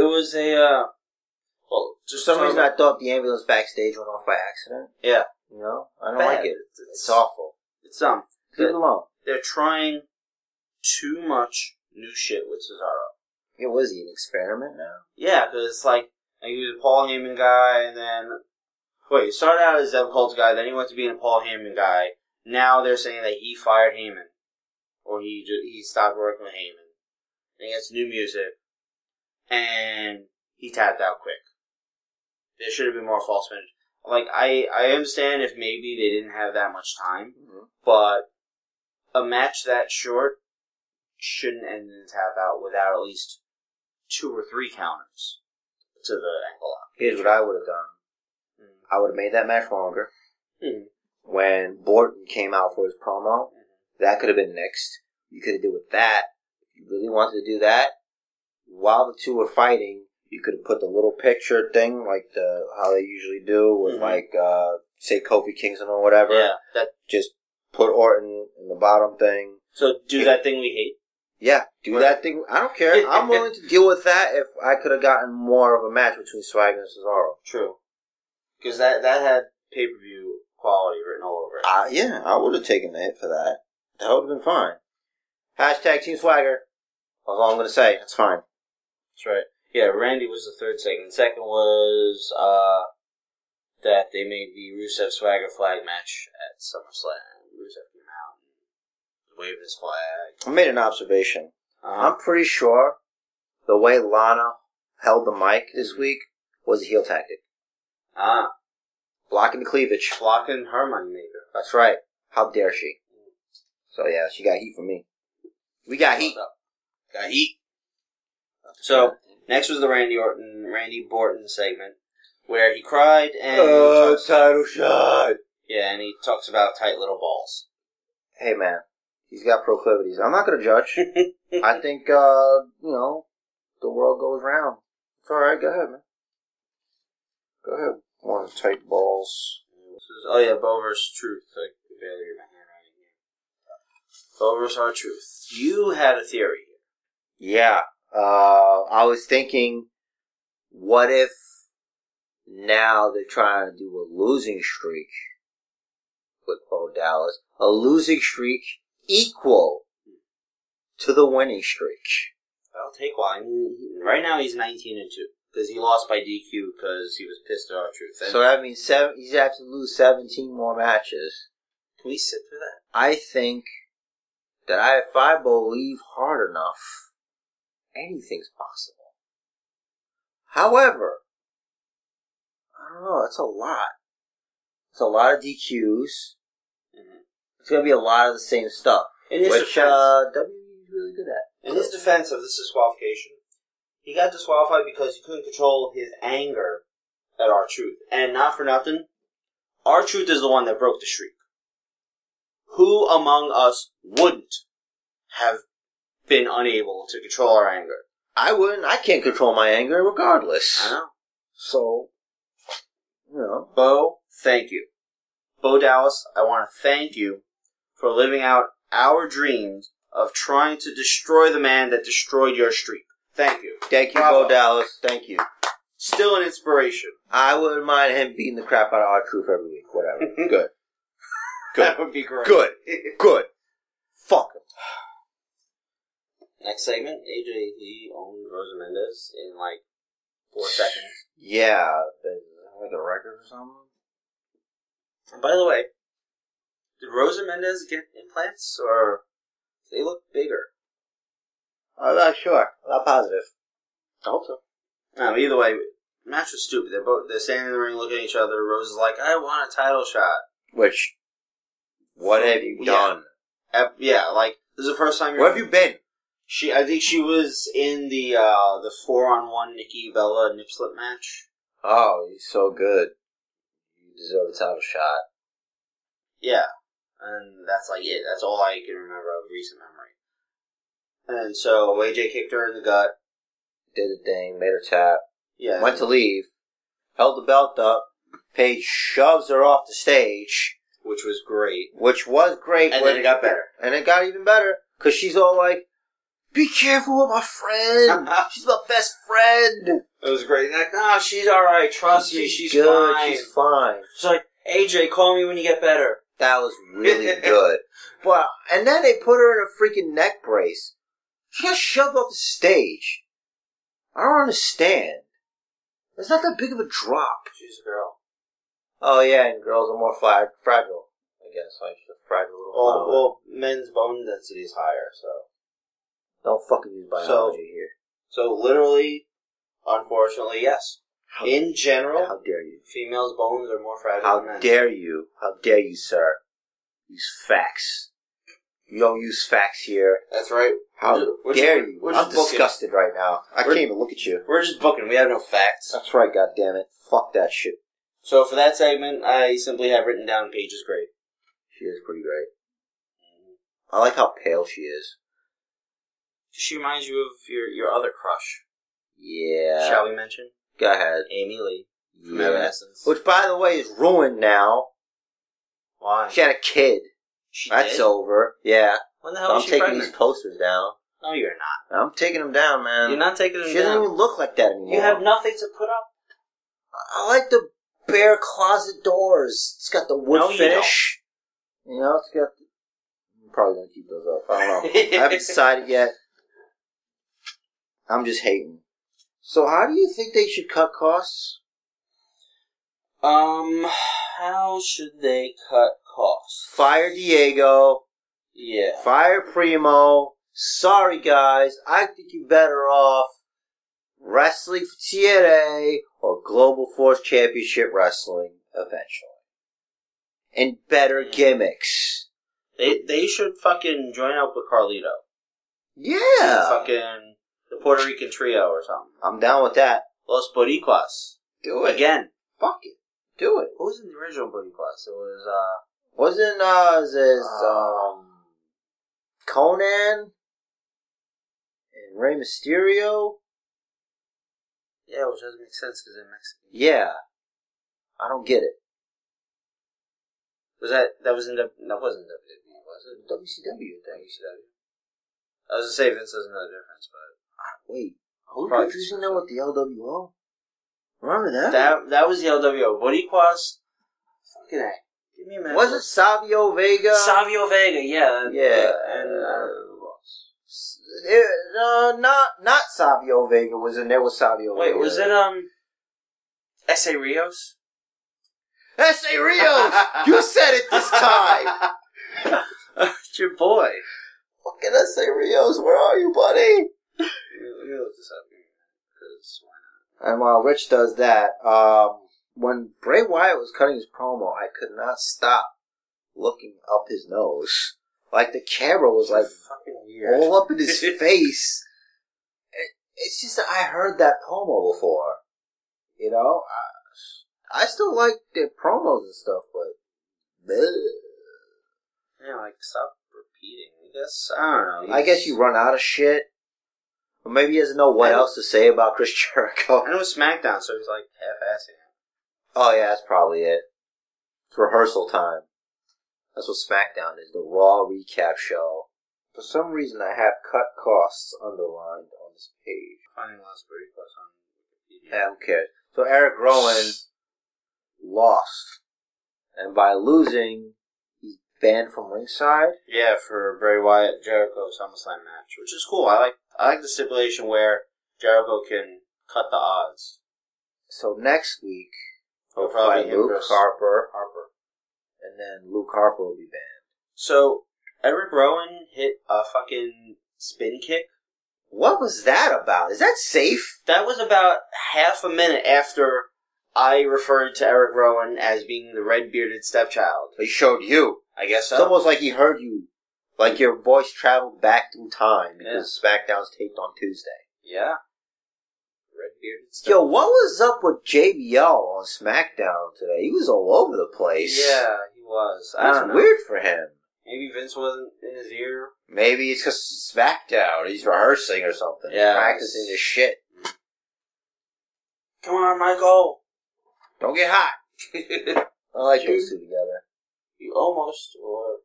Speaker 1: It was a, uh, well,
Speaker 2: For
Speaker 1: just
Speaker 2: some reason, I thought the ambulance backstage went off by accident.
Speaker 1: yeah.
Speaker 2: You know, I don't
Speaker 1: bad.
Speaker 2: like it.
Speaker 1: It's,
Speaker 2: It's awful.
Speaker 1: It's dumb.
Speaker 2: Leave it alone.
Speaker 1: They're trying too much new shit with Cesaro.
Speaker 2: It was he an experiment now?
Speaker 1: Yeah, because it's like, like he was a Paul Heyman guy, and then wait, he started out as a Zeb Colt guy, then he went to being a Paul Heyman guy. Now they're saying that he fired Heyman, or he ju- he stopped working with Heyman. And he gets new music, and he tapped out quick. There should have been more false finish. Like I I understand if maybe they didn't have that much time, but a match that short shouldn't end in a tap out without at least two or three counters to the ankle lock.
Speaker 2: Here's what I would have done. I would have made that match longer.
Speaker 1: Mm.
Speaker 2: When Borton came out for his promo, that could have been next. You could have did with that. If you really wanted to do that, while the two were fighting, you could have put the little picture thing, like the how they usually do with
Speaker 1: Mhm.
Speaker 2: like uh say Kofi Kingston or whatever.
Speaker 1: Yeah, that.
Speaker 2: Just put Orton in the bottom thing.
Speaker 1: So do
Speaker 2: Yeah.
Speaker 1: that thing we hate.
Speaker 2: Yeah, do that thing. I don't care. I'm willing to deal with that if I could have gotten more of a match between Swagger and Cesaro.
Speaker 1: True, because that that had pay per view quality written all over it.
Speaker 2: Uh, yeah, I would have taken the hit for that. That would have been fine. Hashtag Team Swagger. That's all I'm going to say. That's fine.
Speaker 1: That's right. Yeah, Randy was the third segment. Second was uh that they made the Rusev Swagger flag match at SummerSlam. Rusev came out and waved his flag.
Speaker 2: I made an observation.
Speaker 1: Uh-huh.
Speaker 2: I'm pretty sure the way Lana held the mic this week was a heel tactic.
Speaker 1: Ah,
Speaker 2: Blocking the cleavage.
Speaker 1: blocking her moneymaker.
Speaker 2: That's right. How dare she? So yeah, she got heat from me. We got
Speaker 1: Oh,
Speaker 2: heat.
Speaker 1: Got heat. So next was the Randy Orton, Randy Borton segment, where he cried and
Speaker 2: Uh.
Speaker 1: he talks,
Speaker 2: title shot.
Speaker 1: yeah, and he talks about tight little
Speaker 2: [LAUGHS]
Speaker 1: balls.
Speaker 2: Hey man, he's got proclivities. I'm not
Speaker 1: [LAUGHS]
Speaker 2: gonna judge. I think uh, you know, the world goes round. It's alright, go ahead, man. Go ahead. One tight balls.
Speaker 1: Oh yeah, Bover's truth. I can barely read my handwriting here. Bover's our truth. You had a theory.
Speaker 2: Yeah. Uh, I was thinking, what if now they're trying to do a losing streak with Bo Dallas? A losing streak equal to the winning streak.
Speaker 1: That'll take a while. I mean, he- right now he's nineteen and two because he lost by DQ because he was pissed at our truth. And
Speaker 2: So that means seven, he's have to lose 17 more matches.
Speaker 1: can we sit through that?
Speaker 2: I think that I, if I believe hard enough, anything's possible. However, I don't know. That's a lot. It's a lot of DQs. Mm-hmm. It's gonna be a lot of the same stuff,
Speaker 1: In his
Speaker 2: which
Speaker 1: defense,
Speaker 2: uh, WWE's really good at.
Speaker 1: in his defense of this disqualification, he got disqualified because he couldn't control his anger at our truth, and not for nothing. Our truth is the one that broke the streak. Who among us wouldn't have been unable to control our anger?
Speaker 2: I wouldn't. I can't control my anger, regardless.
Speaker 1: I know.
Speaker 2: So, you know,
Speaker 1: Bo, thank you. Bo Dallas, I want to thank you for living out our dreams of trying to destroy the man that destroyed your streak. Thank you.
Speaker 2: thank you,
Speaker 1: Bravo.
Speaker 2: Bo Dallas. Thank you.
Speaker 1: Still an inspiration.
Speaker 2: I wouldn't mind him beating the crap out of our truth every week. [LAUGHS] Whatever. Good.
Speaker 1: [LAUGHS] That would be great.
Speaker 2: Good. Good. Fuck him.
Speaker 1: Next segment, AJ Lee owned Rosa Mendez in like four seconds.
Speaker 2: Yeah, the, like a record or something.
Speaker 1: And by the way, did Rosa Mendez get implants or they look bigger?
Speaker 2: I'm not Uh, sure. I'm not positive.
Speaker 1: I hope so. No, either way, match was stupid. They're both they're standing in the ring looking at each other. Rose is like, I want a title shot.
Speaker 2: Which, what have you
Speaker 1: Yeah.
Speaker 2: done?
Speaker 1: Uh, yeah, like this is the first time.
Speaker 2: Where have you been?
Speaker 1: She, I think she was in the uh the four on one Nikki Bella nip slip match.
Speaker 2: Oh, he's so good. You deserve a title shot.
Speaker 1: Yeah, and that's like it. That's all I can remember of recent memory. And so AJ kicked her in the gut.
Speaker 2: Did the thing, made her tap,
Speaker 1: Yeah,
Speaker 2: went to leave, held the belt up. Paige shoves her off the stage,
Speaker 1: which was great.
Speaker 2: which was great.
Speaker 1: And
Speaker 2: when-
Speaker 1: then it got better.
Speaker 2: And it got even better because she's all like, "Be careful with
Speaker 1: [LAUGHS]
Speaker 2: my friend. she's my best friend.
Speaker 1: It was great. Like, no, she's all right. Trust me, she's fine.
Speaker 2: She's fine."
Speaker 1: She's like, AJ, call me when you get better.
Speaker 2: That was
Speaker 1: [LAUGHS]
Speaker 2: really good. But and then they put her in a freaking neck brace. She got shoved off the stage. I don't understand. It's not that big of a drop.
Speaker 1: She's a girl.
Speaker 2: Oh yeah, and girls are more flag- fragile. I guess like she's a fragile little.
Speaker 1: Well,
Speaker 2: flower.
Speaker 1: Oh, well, men's bone density is higher, so
Speaker 2: don't fucking use biology here.
Speaker 1: so literally, unfortunately, yes.
Speaker 2: How,
Speaker 1: In general,
Speaker 2: how dare you?
Speaker 1: females' bones are more fragile than
Speaker 2: How
Speaker 1: men's.
Speaker 2: dare you? How dare you, sir? Use facts. You don't use facts here.
Speaker 1: That's right.
Speaker 2: How
Speaker 1: We're just-
Speaker 2: dare
Speaker 1: we're-
Speaker 2: you?
Speaker 1: We're
Speaker 2: I'm
Speaker 1: just booking.
Speaker 2: disgusted right now. I
Speaker 1: We're-
Speaker 2: can't even look at you.
Speaker 1: We're just booking. We have no facts.
Speaker 2: That's right, God damn it! Fuck that shit.
Speaker 1: So for that segment, I simply have written down Paige's grade.
Speaker 2: She is pretty great. I like how pale she is.
Speaker 1: She reminds you of your your other crush.
Speaker 2: Yeah.
Speaker 1: Shall we mention
Speaker 2: Go ahead.
Speaker 1: Amy Lee from
Speaker 2: Yeah.
Speaker 1: Evanescence?
Speaker 2: Which, by the way, is ruined now.
Speaker 1: Why?
Speaker 2: She had a kid.
Speaker 1: She
Speaker 2: That's
Speaker 1: did?
Speaker 2: over. Yeah.
Speaker 1: When the
Speaker 2: So
Speaker 1: hell
Speaker 2: I'm
Speaker 1: was she
Speaker 2: taking
Speaker 1: pregnant?
Speaker 2: these posters down.
Speaker 1: No, you're not.
Speaker 2: I'm taking them down, man.
Speaker 1: You're not taking them
Speaker 2: Um, she doesn't
Speaker 1: down.
Speaker 2: even look like that anymore.
Speaker 1: You have nothing to put up.
Speaker 2: I like the bare closet doors. It's got the wood
Speaker 1: No, you
Speaker 2: finish. You, know, it's got. I'm probably gonna keep those up. I don't know. I haven't decided yet. I'm just hating. So, how do you think they should cut costs?
Speaker 1: Um, how should they cut costs?
Speaker 2: Fire Diego.
Speaker 1: Yeah.
Speaker 2: Fire Primo. Sorry, guys. I think you're better off wrestling for TNA or Global Force Championship Wrestling eventually. And better gimmicks.
Speaker 1: They they should fucking join up with Carlito.
Speaker 2: Yeah.
Speaker 1: Fucking the Puerto Rican trio or something.
Speaker 2: I'm down with that.
Speaker 1: Los Boricuas.
Speaker 2: Do
Speaker 1: Again.
Speaker 2: Fuck it. Do it.
Speaker 1: Who was in the original Boricuas? It was, uh...
Speaker 2: Wasn't, uh, is this, uh,
Speaker 1: um...
Speaker 2: Conan? And Rey Mysterio?
Speaker 1: Yeah, which doesn't make sense because they're Mexican.
Speaker 2: Yeah. I don't get it.
Speaker 1: Was that that was in W? That wasn't WWE, was it?
Speaker 2: WCW thing.
Speaker 1: WCW. I was gonna say Vince doesn't know the difference, but
Speaker 2: Wait, who's
Speaker 1: Probably
Speaker 2: confusing them with the LWO? Remember that?
Speaker 1: that that was the LWO. Boriquas. Fucking a. Give me a minute.
Speaker 2: was it Savio Vega?
Speaker 1: Savio Vega? Yeah.
Speaker 2: Yeah.
Speaker 1: And uh, who else?
Speaker 2: It, uh, not not Savio Vega was in there with Savio.
Speaker 1: Wait,
Speaker 2: Vega.
Speaker 1: was it um? S. A. Rios.
Speaker 2: S.A. [LAUGHS] Rios? you said it this time.
Speaker 1: [LAUGHS] it's your boy.
Speaker 2: Fucking S.A. Rios, where are you, buddy?
Speaker 1: Let me look this up because
Speaker 2: And while Rich does that, um, when Bray Wyatt was cutting his promo, I could not stop looking up his nose. Like the camera was like
Speaker 1: fucking weird.
Speaker 2: all up in [LAUGHS] his face. It, it's just that I heard that promo before. You know, I, I still like their promos and stuff, but bleh.
Speaker 1: Yeah, like stop repeating. I guess I don't know.
Speaker 2: I guess you run out of shit. Or maybe he doesn't know what
Speaker 1: I-
Speaker 2: else to say about Chris Jericho. [LAUGHS]
Speaker 1: And it was SmackDown, so he's like half-assing. it.
Speaker 2: Oh yeah, that's probably it. It's rehearsal time. That's what SmackDown is, the Raw recap show. For some reason, I have cut costs underlined on this page.
Speaker 1: Finding Las Burricos on
Speaker 2: Yeah,
Speaker 1: Wikipedia.
Speaker 2: who cares? So Eric Rowan lost, and by losing, he's banned from ringside.
Speaker 1: Yeah, for Bray Wyatt Jericho SummerSlam match, which is cool. I like I like the stipulation where Jericho can cut the odds.
Speaker 2: So next week,
Speaker 1: He'll
Speaker 2: he'll
Speaker 1: probably
Speaker 2: fight
Speaker 1: him
Speaker 2: Luke
Speaker 1: versus-
Speaker 2: Harper,
Speaker 1: Harper.
Speaker 2: and then Luke Harper will be banned.
Speaker 1: So Eric Rowan hit a fucking spin kick.
Speaker 2: What was that about? Is that safe?
Speaker 1: That was about half a minute after I referred to Eric Rowan as being the red-bearded stepchild.
Speaker 2: He showed you.
Speaker 1: I guess so.
Speaker 2: It's almost like he heard you. Like your voice traveled back through time because SmackDown's taped on Tuesday.
Speaker 1: Yeah. Red bearded
Speaker 2: Yo, what was up with JBL on SmackDown today? He was all over the place.
Speaker 1: Yeah, he was. I don't
Speaker 2: That's
Speaker 1: know.
Speaker 2: weird for him.
Speaker 1: Maybe Vince wasn't in his ear.
Speaker 2: Maybe it's because SmackDown. He's rehearsing or something. He's
Speaker 1: Yeah.
Speaker 2: practicing his shit.
Speaker 1: Come on,
Speaker 2: [LAUGHS]
Speaker 1: Michael.
Speaker 2: Don't get hot. I like those two together.
Speaker 1: you almost or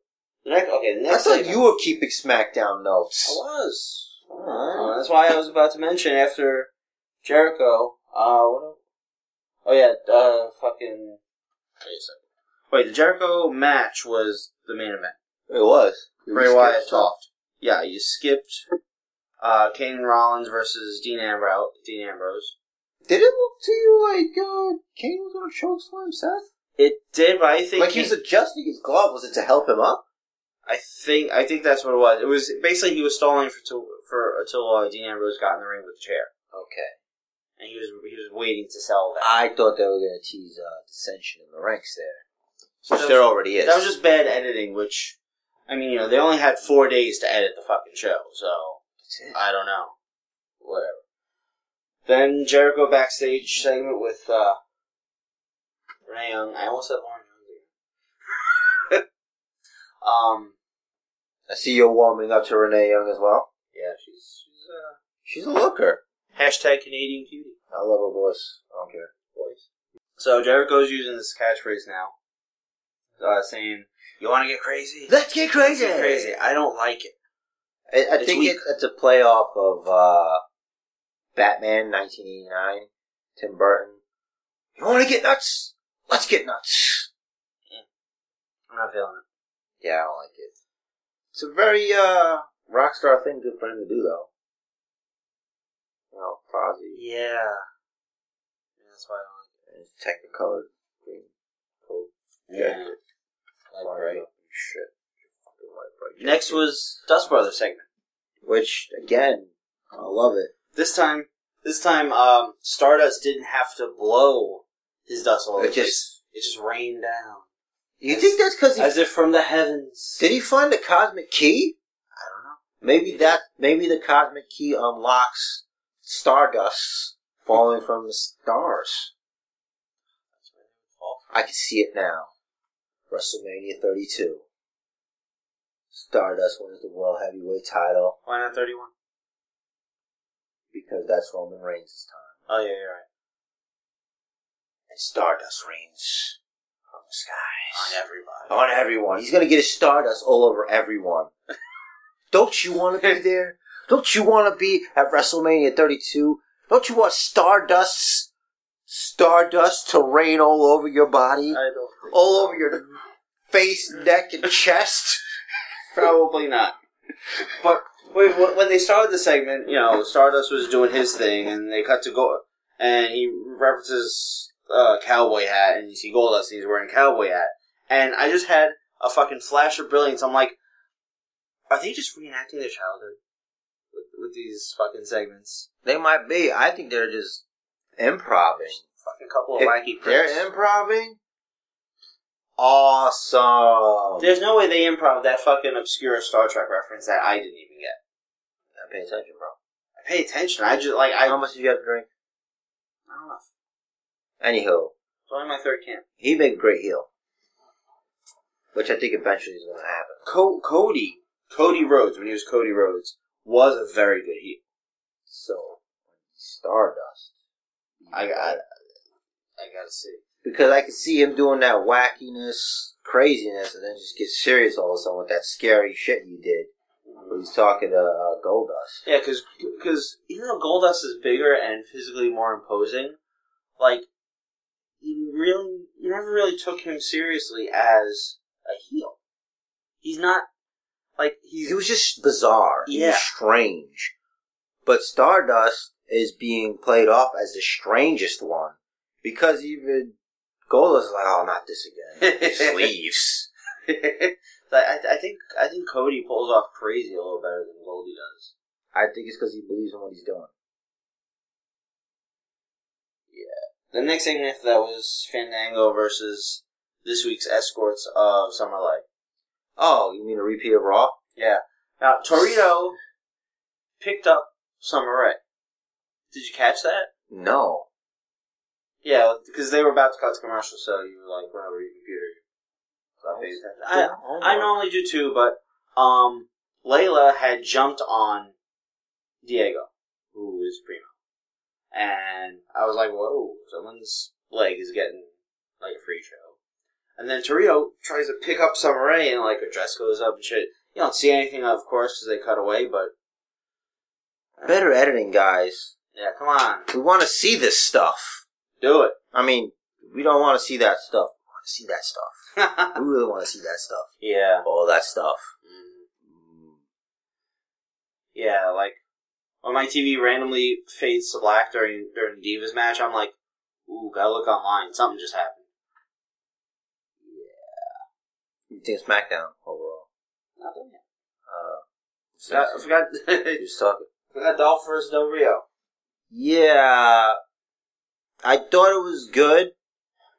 Speaker 1: the next, okay, the
Speaker 2: I
Speaker 1: next
Speaker 2: thought
Speaker 1: segment-
Speaker 2: you were keeping SmackDown
Speaker 1: I
Speaker 2: notes.
Speaker 1: was.
Speaker 2: Alright.
Speaker 1: Uh, that's why I was about to mention after Jericho, uh what a- Oh yeah, uh fucking Wait a second. Wait, the Jericho match was the main event.
Speaker 2: It was.
Speaker 1: Bray Wyatt talked. Yeah, you skipped uh Kane Rollins versus Dean Ambrose Dean Ambrose.
Speaker 2: Did it look to you like uh, Kane was going to choke slam Seth?
Speaker 1: It did, but I think
Speaker 2: Like he was adjusting his glove. Was it to help him up?
Speaker 1: I think I think that's what it was. It was basically he was stalling for till, for until uh, Dean Ambrose got in the ring with the chair,
Speaker 2: Okay.
Speaker 1: and he was he was waiting to sell that.
Speaker 2: I thought they were going to tease uh, dissension in the ranks there,
Speaker 1: That
Speaker 2: which there already is.
Speaker 1: That was just bad editing, which I mean, you know, they only had four days to edit the fucking show, so
Speaker 2: That's it.
Speaker 1: I don't know, whatever. Then Jericho backstage segment with uh, Renee Young. I almost said Lauren Young. again. [LAUGHS] um,
Speaker 2: I see you're warming up to Renee Young as well.
Speaker 1: yeah, she's she's uh,
Speaker 2: She's a looker.
Speaker 1: hashtag Canadian cutie.
Speaker 2: I love her voice. I don't care.
Speaker 1: voice. So Jericho's using this catchphrase now, uh, saying, "You want to get crazy?
Speaker 2: Let's get
Speaker 1: Let's get crazy. I don't like it.
Speaker 2: I, I
Speaker 1: It's
Speaker 2: think
Speaker 1: weak.
Speaker 2: it, it's a playoff of uh, Batman 1989, Tim Burton. You want to get nuts? Let's get nuts.
Speaker 1: I'm not feeling it.
Speaker 2: Yeah, I don't like it. It's a very uh, rock star thing good for him to do, though. You know, Fozzie.
Speaker 1: Yeah, that's why I
Speaker 2: and it's Technicolor green coat.
Speaker 1: don't like it.
Speaker 2: jacket,
Speaker 1: Like,
Speaker 2: lined
Speaker 1: right.
Speaker 2: up and shit. Fucking light bright
Speaker 1: Next
Speaker 2: jacket.
Speaker 1: was Dust Brothers segment.
Speaker 2: which again, I love it.
Speaker 1: This time, this time, um, Stardust didn't have to blow his dust all over
Speaker 2: It
Speaker 1: the place.
Speaker 2: just
Speaker 1: It just rained down
Speaker 2: you think that's because he
Speaker 1: as if from the heavens.
Speaker 2: did he find the cosmic key?
Speaker 1: I don't know.
Speaker 2: Maybe that maybe the cosmic key unlocks stardust falling from the stars.
Speaker 1: That's where it fall.
Speaker 2: I can see it now. WrestleMania 32. Stardust wins the world heavyweight title
Speaker 1: Why not thirty-one?
Speaker 2: because that's Roman Reigns' time.
Speaker 1: Oh yeah, you're right.
Speaker 2: and Stardust reigns from
Speaker 1: on
Speaker 2: skies.
Speaker 1: everybody.
Speaker 2: On everyone. He's gonna get his stardust all over everyone. [LAUGHS] Don't you wanna [LAUGHS] be there? Don't you wanna be at WrestleMania 32? Don't you want stardust, stardust to rain all over your body?
Speaker 1: I don't think
Speaker 2: All
Speaker 1: so.
Speaker 2: over your face, neck, and chest?
Speaker 1: Probably not. But wait, wh- when they started the segment, you know, Stardust was doing his thing, and they cut to Gold, and he references uh, cowboy hat, and you see Goldust, and he's wearing cowboy hat, and I just had a fucking flash of brilliance. I'm like, are they just reenacting their childhood with, with these fucking segments?
Speaker 2: [LAUGHS] They might be. I think they're just improving.
Speaker 1: Fucking couple of
Speaker 2: If
Speaker 1: wacky pricks.
Speaker 2: They're improving? Awesome.
Speaker 1: There's no way they improv that fucking obscure Star Trek reference that I didn't even get.
Speaker 2: Pay attention, bro.
Speaker 1: Pay attention. I just like I. I
Speaker 2: How
Speaker 1: don't know.
Speaker 2: much did you have to drink?
Speaker 1: It's
Speaker 2: Anywho,
Speaker 1: only my third camp.
Speaker 2: he made a great heel. Which I think eventually is going to happen.
Speaker 1: Co- Cody, Cody Rhodes, when he was Cody Rhodes, was a very good heel.
Speaker 2: So, Stardust.
Speaker 1: I got, I gotta see.
Speaker 2: Because I could see him doing that wackiness, craziness, and then just get serious all of a sudden with that scary shit you did. When he's talking to uh, Goldust.
Speaker 1: Yeah, because even though Goldust is bigger and physically more imposing, like you really, you never really took him seriously as a heel. He's not like he's [LAUGHS]
Speaker 2: He was just bizarre. He
Speaker 1: Yeah.
Speaker 2: was strange. But Stardust is being played off as the strangest one. Because even Goldust is like, oh, not this again. He just leaves.
Speaker 1: But I, I think I think Cody pulls off crazy a little better than Goldie does.
Speaker 2: I think it's because he believes in what he's doing.
Speaker 1: The next thing after that was Fandango versus this week's escorts of Summer Light.
Speaker 2: Oh, you mean a repeat of Raw?
Speaker 1: Yeah. Now Torito picked up Summer Rae. Did you catch that?
Speaker 2: No.
Speaker 1: Yeah, because they were about to cut the commercial, so you like went over your computer. So I paid attention. I, I normally do too, but um, Layla had jumped on Diego, who is Primo, and I was like, "Whoa, someone's leg is getting like a free show." And then Torito tries to pick up Summer Rae, and like her dress goes up and shit. You don't see anything, of course, because they cut away. But
Speaker 2: Better editing, guys.
Speaker 1: yeah, come on,
Speaker 2: We want to see this stuff.
Speaker 1: do it. [LAUGHS]
Speaker 2: I mean, we don't want to see that stuff. We want to see that stuff. We really want to see that stuff.
Speaker 1: yeah,
Speaker 2: All that stuff.
Speaker 1: Mm. yeah. Like when my TV randomly fades to black during during the Divas match, I'm like, "Ooh, gotta look online. Something just happened."
Speaker 2: You think SmackDown overall?
Speaker 1: Not done yet. Forgot,
Speaker 2: Uh, so-
Speaker 1: forgot, [LAUGHS]
Speaker 2: he was talking.
Speaker 1: forgot Dolph versus Del Rio.
Speaker 2: Yeah, I thought it was good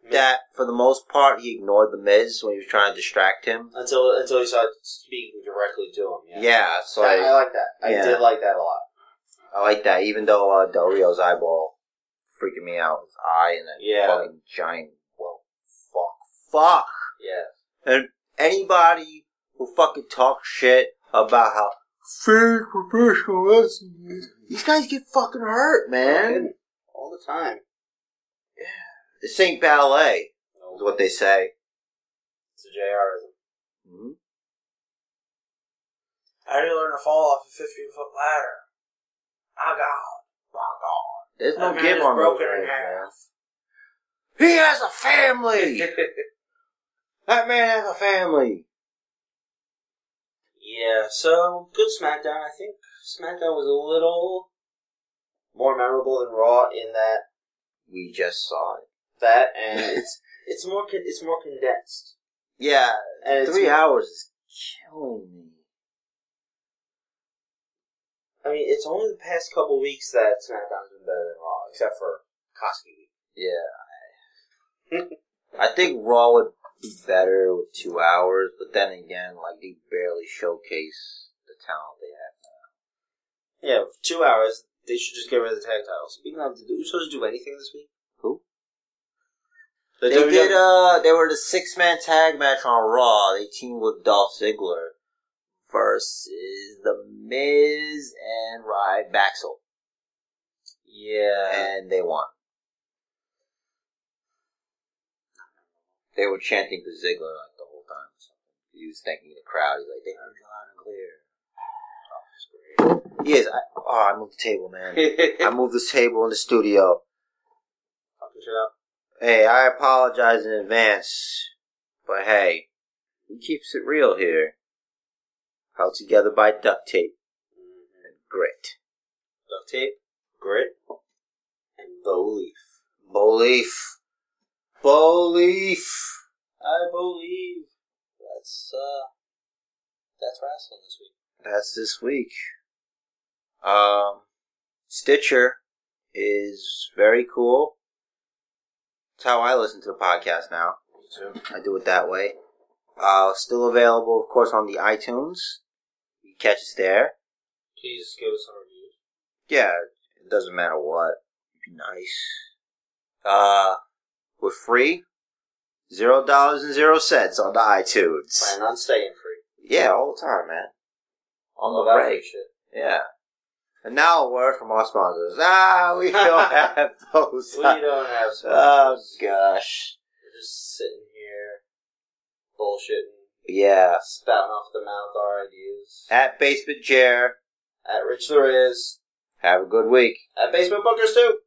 Speaker 2: that for the most part he ignored the Miz when he was trying to distract him.
Speaker 1: Until until he started speaking directly to him.
Speaker 2: Yeah,
Speaker 1: Yeah,
Speaker 2: so
Speaker 1: I, I like that. I
Speaker 2: Yeah.
Speaker 1: did like that a lot.
Speaker 2: I like that, even though uh, Del Rio's eyeball freaking me out. His eye and that
Speaker 1: Yeah.
Speaker 2: fucking giant, well, fuck, fuck.
Speaker 1: Yeah.
Speaker 2: And anybody who fucking talks shit about how fake professional wrestling is, these guys get fucking hurt, man.
Speaker 1: Fucking all the time.
Speaker 2: This ain't ballet, is
Speaker 1: No,
Speaker 2: Oh, what they say.
Speaker 1: It's a JRism.
Speaker 3: Mm-hmm.
Speaker 2: Mhm.
Speaker 3: How do you learn to fall off a 15 foot ladder? My God. My God.
Speaker 2: There's no
Speaker 3: That man
Speaker 2: give
Speaker 3: is
Speaker 2: on those
Speaker 3: broken in
Speaker 2: guys, man.
Speaker 3: half.
Speaker 2: He has
Speaker 1: [LAUGHS]
Speaker 2: a family.
Speaker 3: [LAUGHS]
Speaker 2: that man has a family.
Speaker 1: Yeah. So good SmackDown. I think SmackDown was a little more memorable than Raw in that
Speaker 2: We just saw it.
Speaker 1: that and [LAUGHS] it's it's more con- it's more condensed
Speaker 2: Yeah,
Speaker 1: and it's
Speaker 2: three
Speaker 1: more-
Speaker 2: hours is killing me.
Speaker 1: I mean, it's only the past couple weeks that SmackDown's been better than Raw, except for Koski week.
Speaker 2: Yeah. I, [LAUGHS] I think Raw would be better with two hours, but then again, like they barely showcase the talent they have.
Speaker 1: Yeah, for two hours. They should just get rid of the tag titles. Speaking of, did the Usos do anything this week?
Speaker 2: Who?
Speaker 1: The E
Speaker 2: they
Speaker 1: WWE
Speaker 2: did. Uh, they were the six man tag match on Raw. They teamed with Dolph Ziggler versus the Miz and Ryback. Baxel,
Speaker 1: yeah. [LAUGHS]
Speaker 2: and they won. They were chanting for Ziggler like the whole time. So he was thanking the crowd. He's like, they heard you loud and clear. He is. I, oh, I moved the table,
Speaker 1: [LAUGHS]
Speaker 2: man. I
Speaker 1: Fucking
Speaker 2: moved this table in the studio.
Speaker 1: shit up.
Speaker 2: Hey, I apologize in advance, but hey, he keeps it real here. Held together by duct tape and grit.
Speaker 1: Duct tape, grit, and belief.
Speaker 2: Belief. Belief.
Speaker 1: I believe. That's uh, that's wrestling this week.
Speaker 2: That's this week. Um, Stitcher is very cool. It's how I listen to the podcast now. I do it that way. Uh, still available, of course, on the iTunes. You can catch us there.
Speaker 1: Please give us some reviews.
Speaker 2: Yeah, it doesn't matter what. Be nice. Uh, we're free. Zero dollars and zero cents on the iTunes.
Speaker 1: Plan on staying free.
Speaker 2: Yeah, all the time, man. On
Speaker 1: Love
Speaker 2: the
Speaker 1: that
Speaker 2: right.
Speaker 1: free shit.
Speaker 2: Yeah. And now a word from our sponsors. Ah,
Speaker 1: [LAUGHS]
Speaker 2: we don't have those.
Speaker 1: We don't have
Speaker 2: oh
Speaker 1: sponsors.
Speaker 2: gosh.
Speaker 1: We're just sitting here, bullshitting,
Speaker 2: Yeah.
Speaker 1: spouting off the mouth our ideas.
Speaker 2: At basement chair.
Speaker 1: At Rich there is.
Speaker 2: Have a good week.
Speaker 1: At Basement Bookers too.